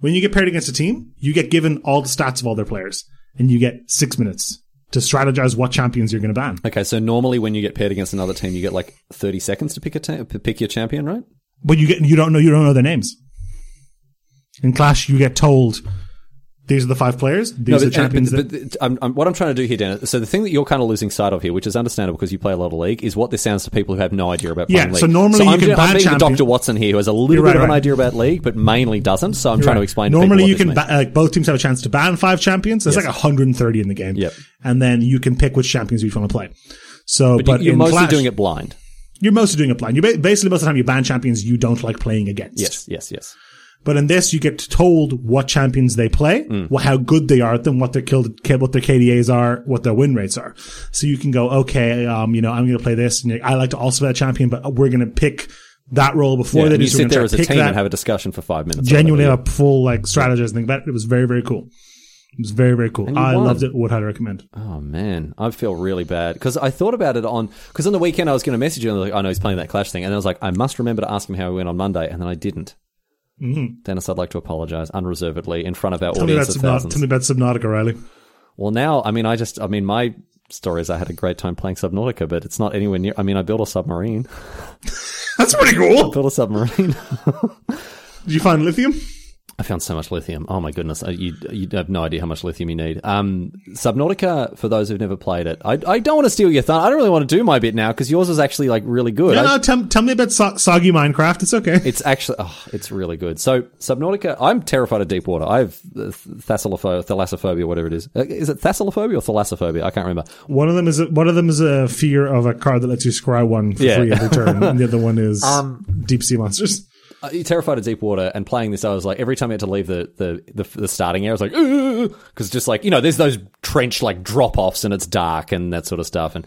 Speaker 2: when you get paired against a team you get given all the stats of all their players and you get six minutes to strategize what champions you're going to ban
Speaker 1: Okay, so normally when you get paired against another team, you get like thirty seconds to pick a ta- p- pick your champion, right?
Speaker 2: but you get you don't know you don't know their names in clash you get told these are the five players these are the
Speaker 1: but, uh,
Speaker 2: champions
Speaker 1: but,
Speaker 2: that,
Speaker 1: but I'm, I'm, what I'm trying to do here, Dennis. So the thing that you're kind of losing sight of here, which is understandable because you play a lot of league, is what this sounds to people who have no idea about
Speaker 2: Yeah,
Speaker 1: playing league.
Speaker 2: so normally you
Speaker 1: I'm,
Speaker 2: can
Speaker 1: I'm
Speaker 2: ban
Speaker 1: being the
Speaker 2: champion-
Speaker 1: Dr. Watson here who has a little
Speaker 2: You're right,
Speaker 1: bit of an
Speaker 2: right.
Speaker 1: idea about league, but mainly doesn't. So I'm trying to explain. to
Speaker 2: Normally,
Speaker 1: people what
Speaker 2: you
Speaker 1: this
Speaker 2: can
Speaker 1: means.
Speaker 2: ba- like both teams have a chance to ban five champions. There's like 130 in the game,
Speaker 1: Yep.
Speaker 2: and then you can pick which champions you want to play. So, but,
Speaker 1: you're
Speaker 2: in
Speaker 1: mostly
Speaker 2: Clash-
Speaker 1: doing it blind.
Speaker 2: You're mostly doing a plan. You ba- basically most of the time you ban champions you don't like playing against.
Speaker 1: Yes, yes, yes.
Speaker 2: But in this, you get told what champions they play,
Speaker 1: Mm.
Speaker 2: wh- how good they are at them, what their killed, what their KDAs are, what their win rates are. So you can go, okay, um, you know, I'm going to play this, and I like to also play that champion, but we're going to pick that role before
Speaker 1: Yeah,
Speaker 2: they
Speaker 1: and
Speaker 2: do.
Speaker 1: you
Speaker 2: So we're
Speaker 1: sit
Speaker 2: gonna
Speaker 1: there
Speaker 2: try
Speaker 1: as a
Speaker 2: to pick
Speaker 1: team
Speaker 2: that
Speaker 1: and have a discussion for five minutes. or
Speaker 2: genuinely
Speaker 1: whatever.
Speaker 2: have a full like strategizing thing about it. It was very very cool. It was very very cool. I
Speaker 1: won.
Speaker 2: loved it. Would highly recommend.
Speaker 1: Oh man, I feel really bad because I thought about it on because on the weekend I was going to message you and I was like, I know he's playing that Clash thing, and I was like, I must remember to ask him how he went on Monday, and then I didn't. Mm-hmm. Dennis, I'd like to apologise unreservedly in front of our
Speaker 2: Tell me, about
Speaker 1: audience of
Speaker 2: Subna-
Speaker 1: thousands.
Speaker 2: tell me about Subnautica, Riley.
Speaker 1: well, now I mean, I just I mean, my story is I had a great time playing Subnautica, but it's not anywhere near. I mean, I built a submarine,
Speaker 2: That's pretty cool.
Speaker 1: built a submarine.
Speaker 2: Did you find lithium?
Speaker 1: I found so much lithium. Oh my goodness, Uh, you you have no idea how much lithium you need. Um, Subnautica, for those who've never played it, I, I don't want to steal your thunder. I don't really want to do my bit now because yours was actually like really good.
Speaker 2: No,
Speaker 1: I-
Speaker 2: no. Tell, tell me about so- soggy Minecraft. It's okay.
Speaker 1: It's actually, oh, it's really good. So Subnautica, I'm terrified of deep water. I have uh, thalassophobia, thalassophobia, whatever it is. Uh, Is it thalassophobia or thalassophobia? I can't remember.
Speaker 2: one of them is a, one of them is a fear of a card that lets you scry one for
Speaker 1: Yeah.
Speaker 2: free every turn, and the other one is deep sea monsters.
Speaker 1: Uh, You're terrified of deep water, and playing this, I was like, every time I had to leave the the, the, the starting area, I was like, because just like you know, there's those trench like drop offs, and it's dark and that sort of stuff, and.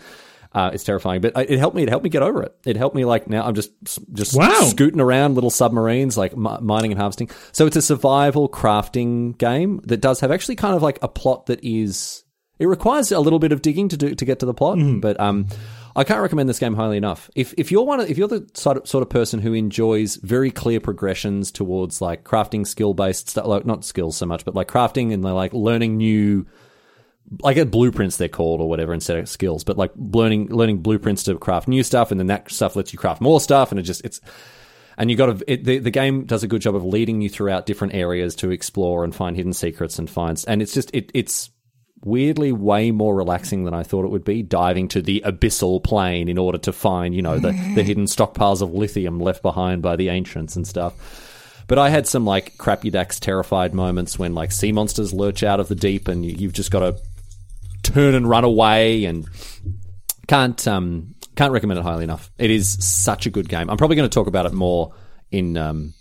Speaker 1: Uh, it's terrifying, but I- it helped me. It helped me get over it. It helped me like now I'm just just
Speaker 2: Wow.
Speaker 1: scooting around little submarines, like mi- mining and harvesting. So it's a survival crafting game that does have actually kind of like a plot that is. It requires a little bit of digging to do to get to the plot, but um, I can't recommend this game highly enough. If if you're one of, if you're the sort of, sort of person who enjoys very clear progressions towards like crafting skill based stuff, like not skills so much, but like crafting and like learning new I get blueprints they're called or whatever instead of skills, but like learning learning blueprints to craft new stuff, and then that stuff lets you craft more stuff, and it just it's and you got to it, the the game does a good job of leading you throughout different areas to explore and find hidden secrets and finds, and it's just it it's weirdly way more relaxing than I thought it would be diving to the abyssal plane in order to find you know the the hidden stockpiles of lithium left behind by the ancients and stuff. But I had some like crappy dax terrified moments when like sea monsters lurch out of the deep and you, you've just got to turn and run away and can't um can't recommend it highly enough. It is such a good game. I'm probably going to talk about it more in um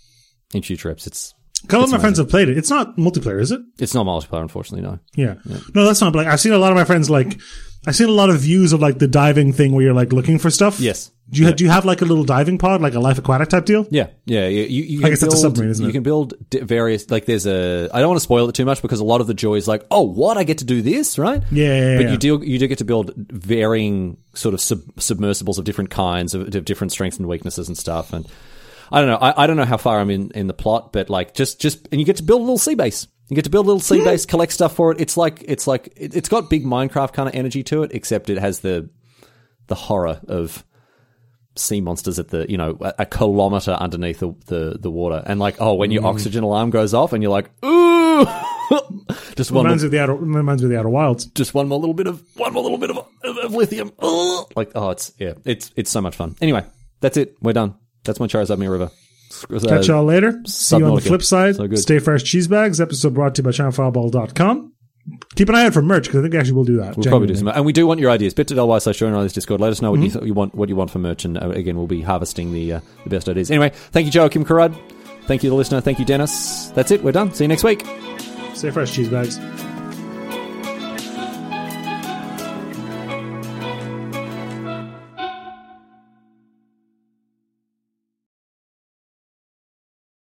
Speaker 1: in future eps. It's
Speaker 2: A couple of my friends have played it. It's not multiplayer, is it?
Speaker 1: it's not multiplayer, unfortunately. No,
Speaker 2: Yeah. No, that's not. But like, I've seen a lot of my friends like. I've seen a lot of views of like the diving thing where you're like looking for stuff.
Speaker 1: Yes.
Speaker 2: Do you ha- do you have like a little diving pod, like a life aquatic type deal?
Speaker 1: yeah, yeah. You, you, you
Speaker 2: I
Speaker 1: can
Speaker 2: guess
Speaker 1: build,
Speaker 2: that's a submarine, isn't
Speaker 1: You
Speaker 2: it?
Speaker 1: can build di- various like there's a. I don't want to spoil it too much because a lot of the joy is like, oh, what I get to do this, right?
Speaker 2: Yeah, yeah, yeah,
Speaker 1: but
Speaker 2: yeah.
Speaker 1: you do you do get to build varying sort of sub- submersibles of different kinds of, of different strengths and weaknesses and stuff and i don't know I, I don't know how far i'm in in the plot but like just just and you get to build a little sea base you get to build a little sea base collect stuff for it it's like it's like it, it's got big minecraft kind of energy to it except it has the the horror of sea monsters at the you know a, a kilometer underneath the, the the water and like oh when your oxygen alarm goes off and you're like ooh just one
Speaker 2: Reminds me of the outer reminds me of the outer wilds.
Speaker 1: just one more little bit of one more little bit of, of, of lithium. Ugh. Like oh, it's yeah, it's it's so much fun. Anyway, that's it. We're done. That's my Charizard Mirror River. Screw- uh,
Speaker 2: Catch y'all later. See you on the
Speaker 1: Subnautica.
Speaker 2: flip side.
Speaker 1: So good.
Speaker 2: Stay fresh, cheese bags. Episode brought to you by ChinaFireball.com. Keep an eye out for merch because I think we actually will do that.
Speaker 1: We'll probably do some, and we do want your ideas. Bit.ly slash join on this Discord. Let us know what you you, you want, what you want for merch, and uh, again, we'll be harvesting the uh, the best ideas. Anyway, thank you, Joachim Karad. Thank you, the listener. Thank you, Dennis. That's it. We're done. See you next week.
Speaker 2: Stay fresh, cheese bags.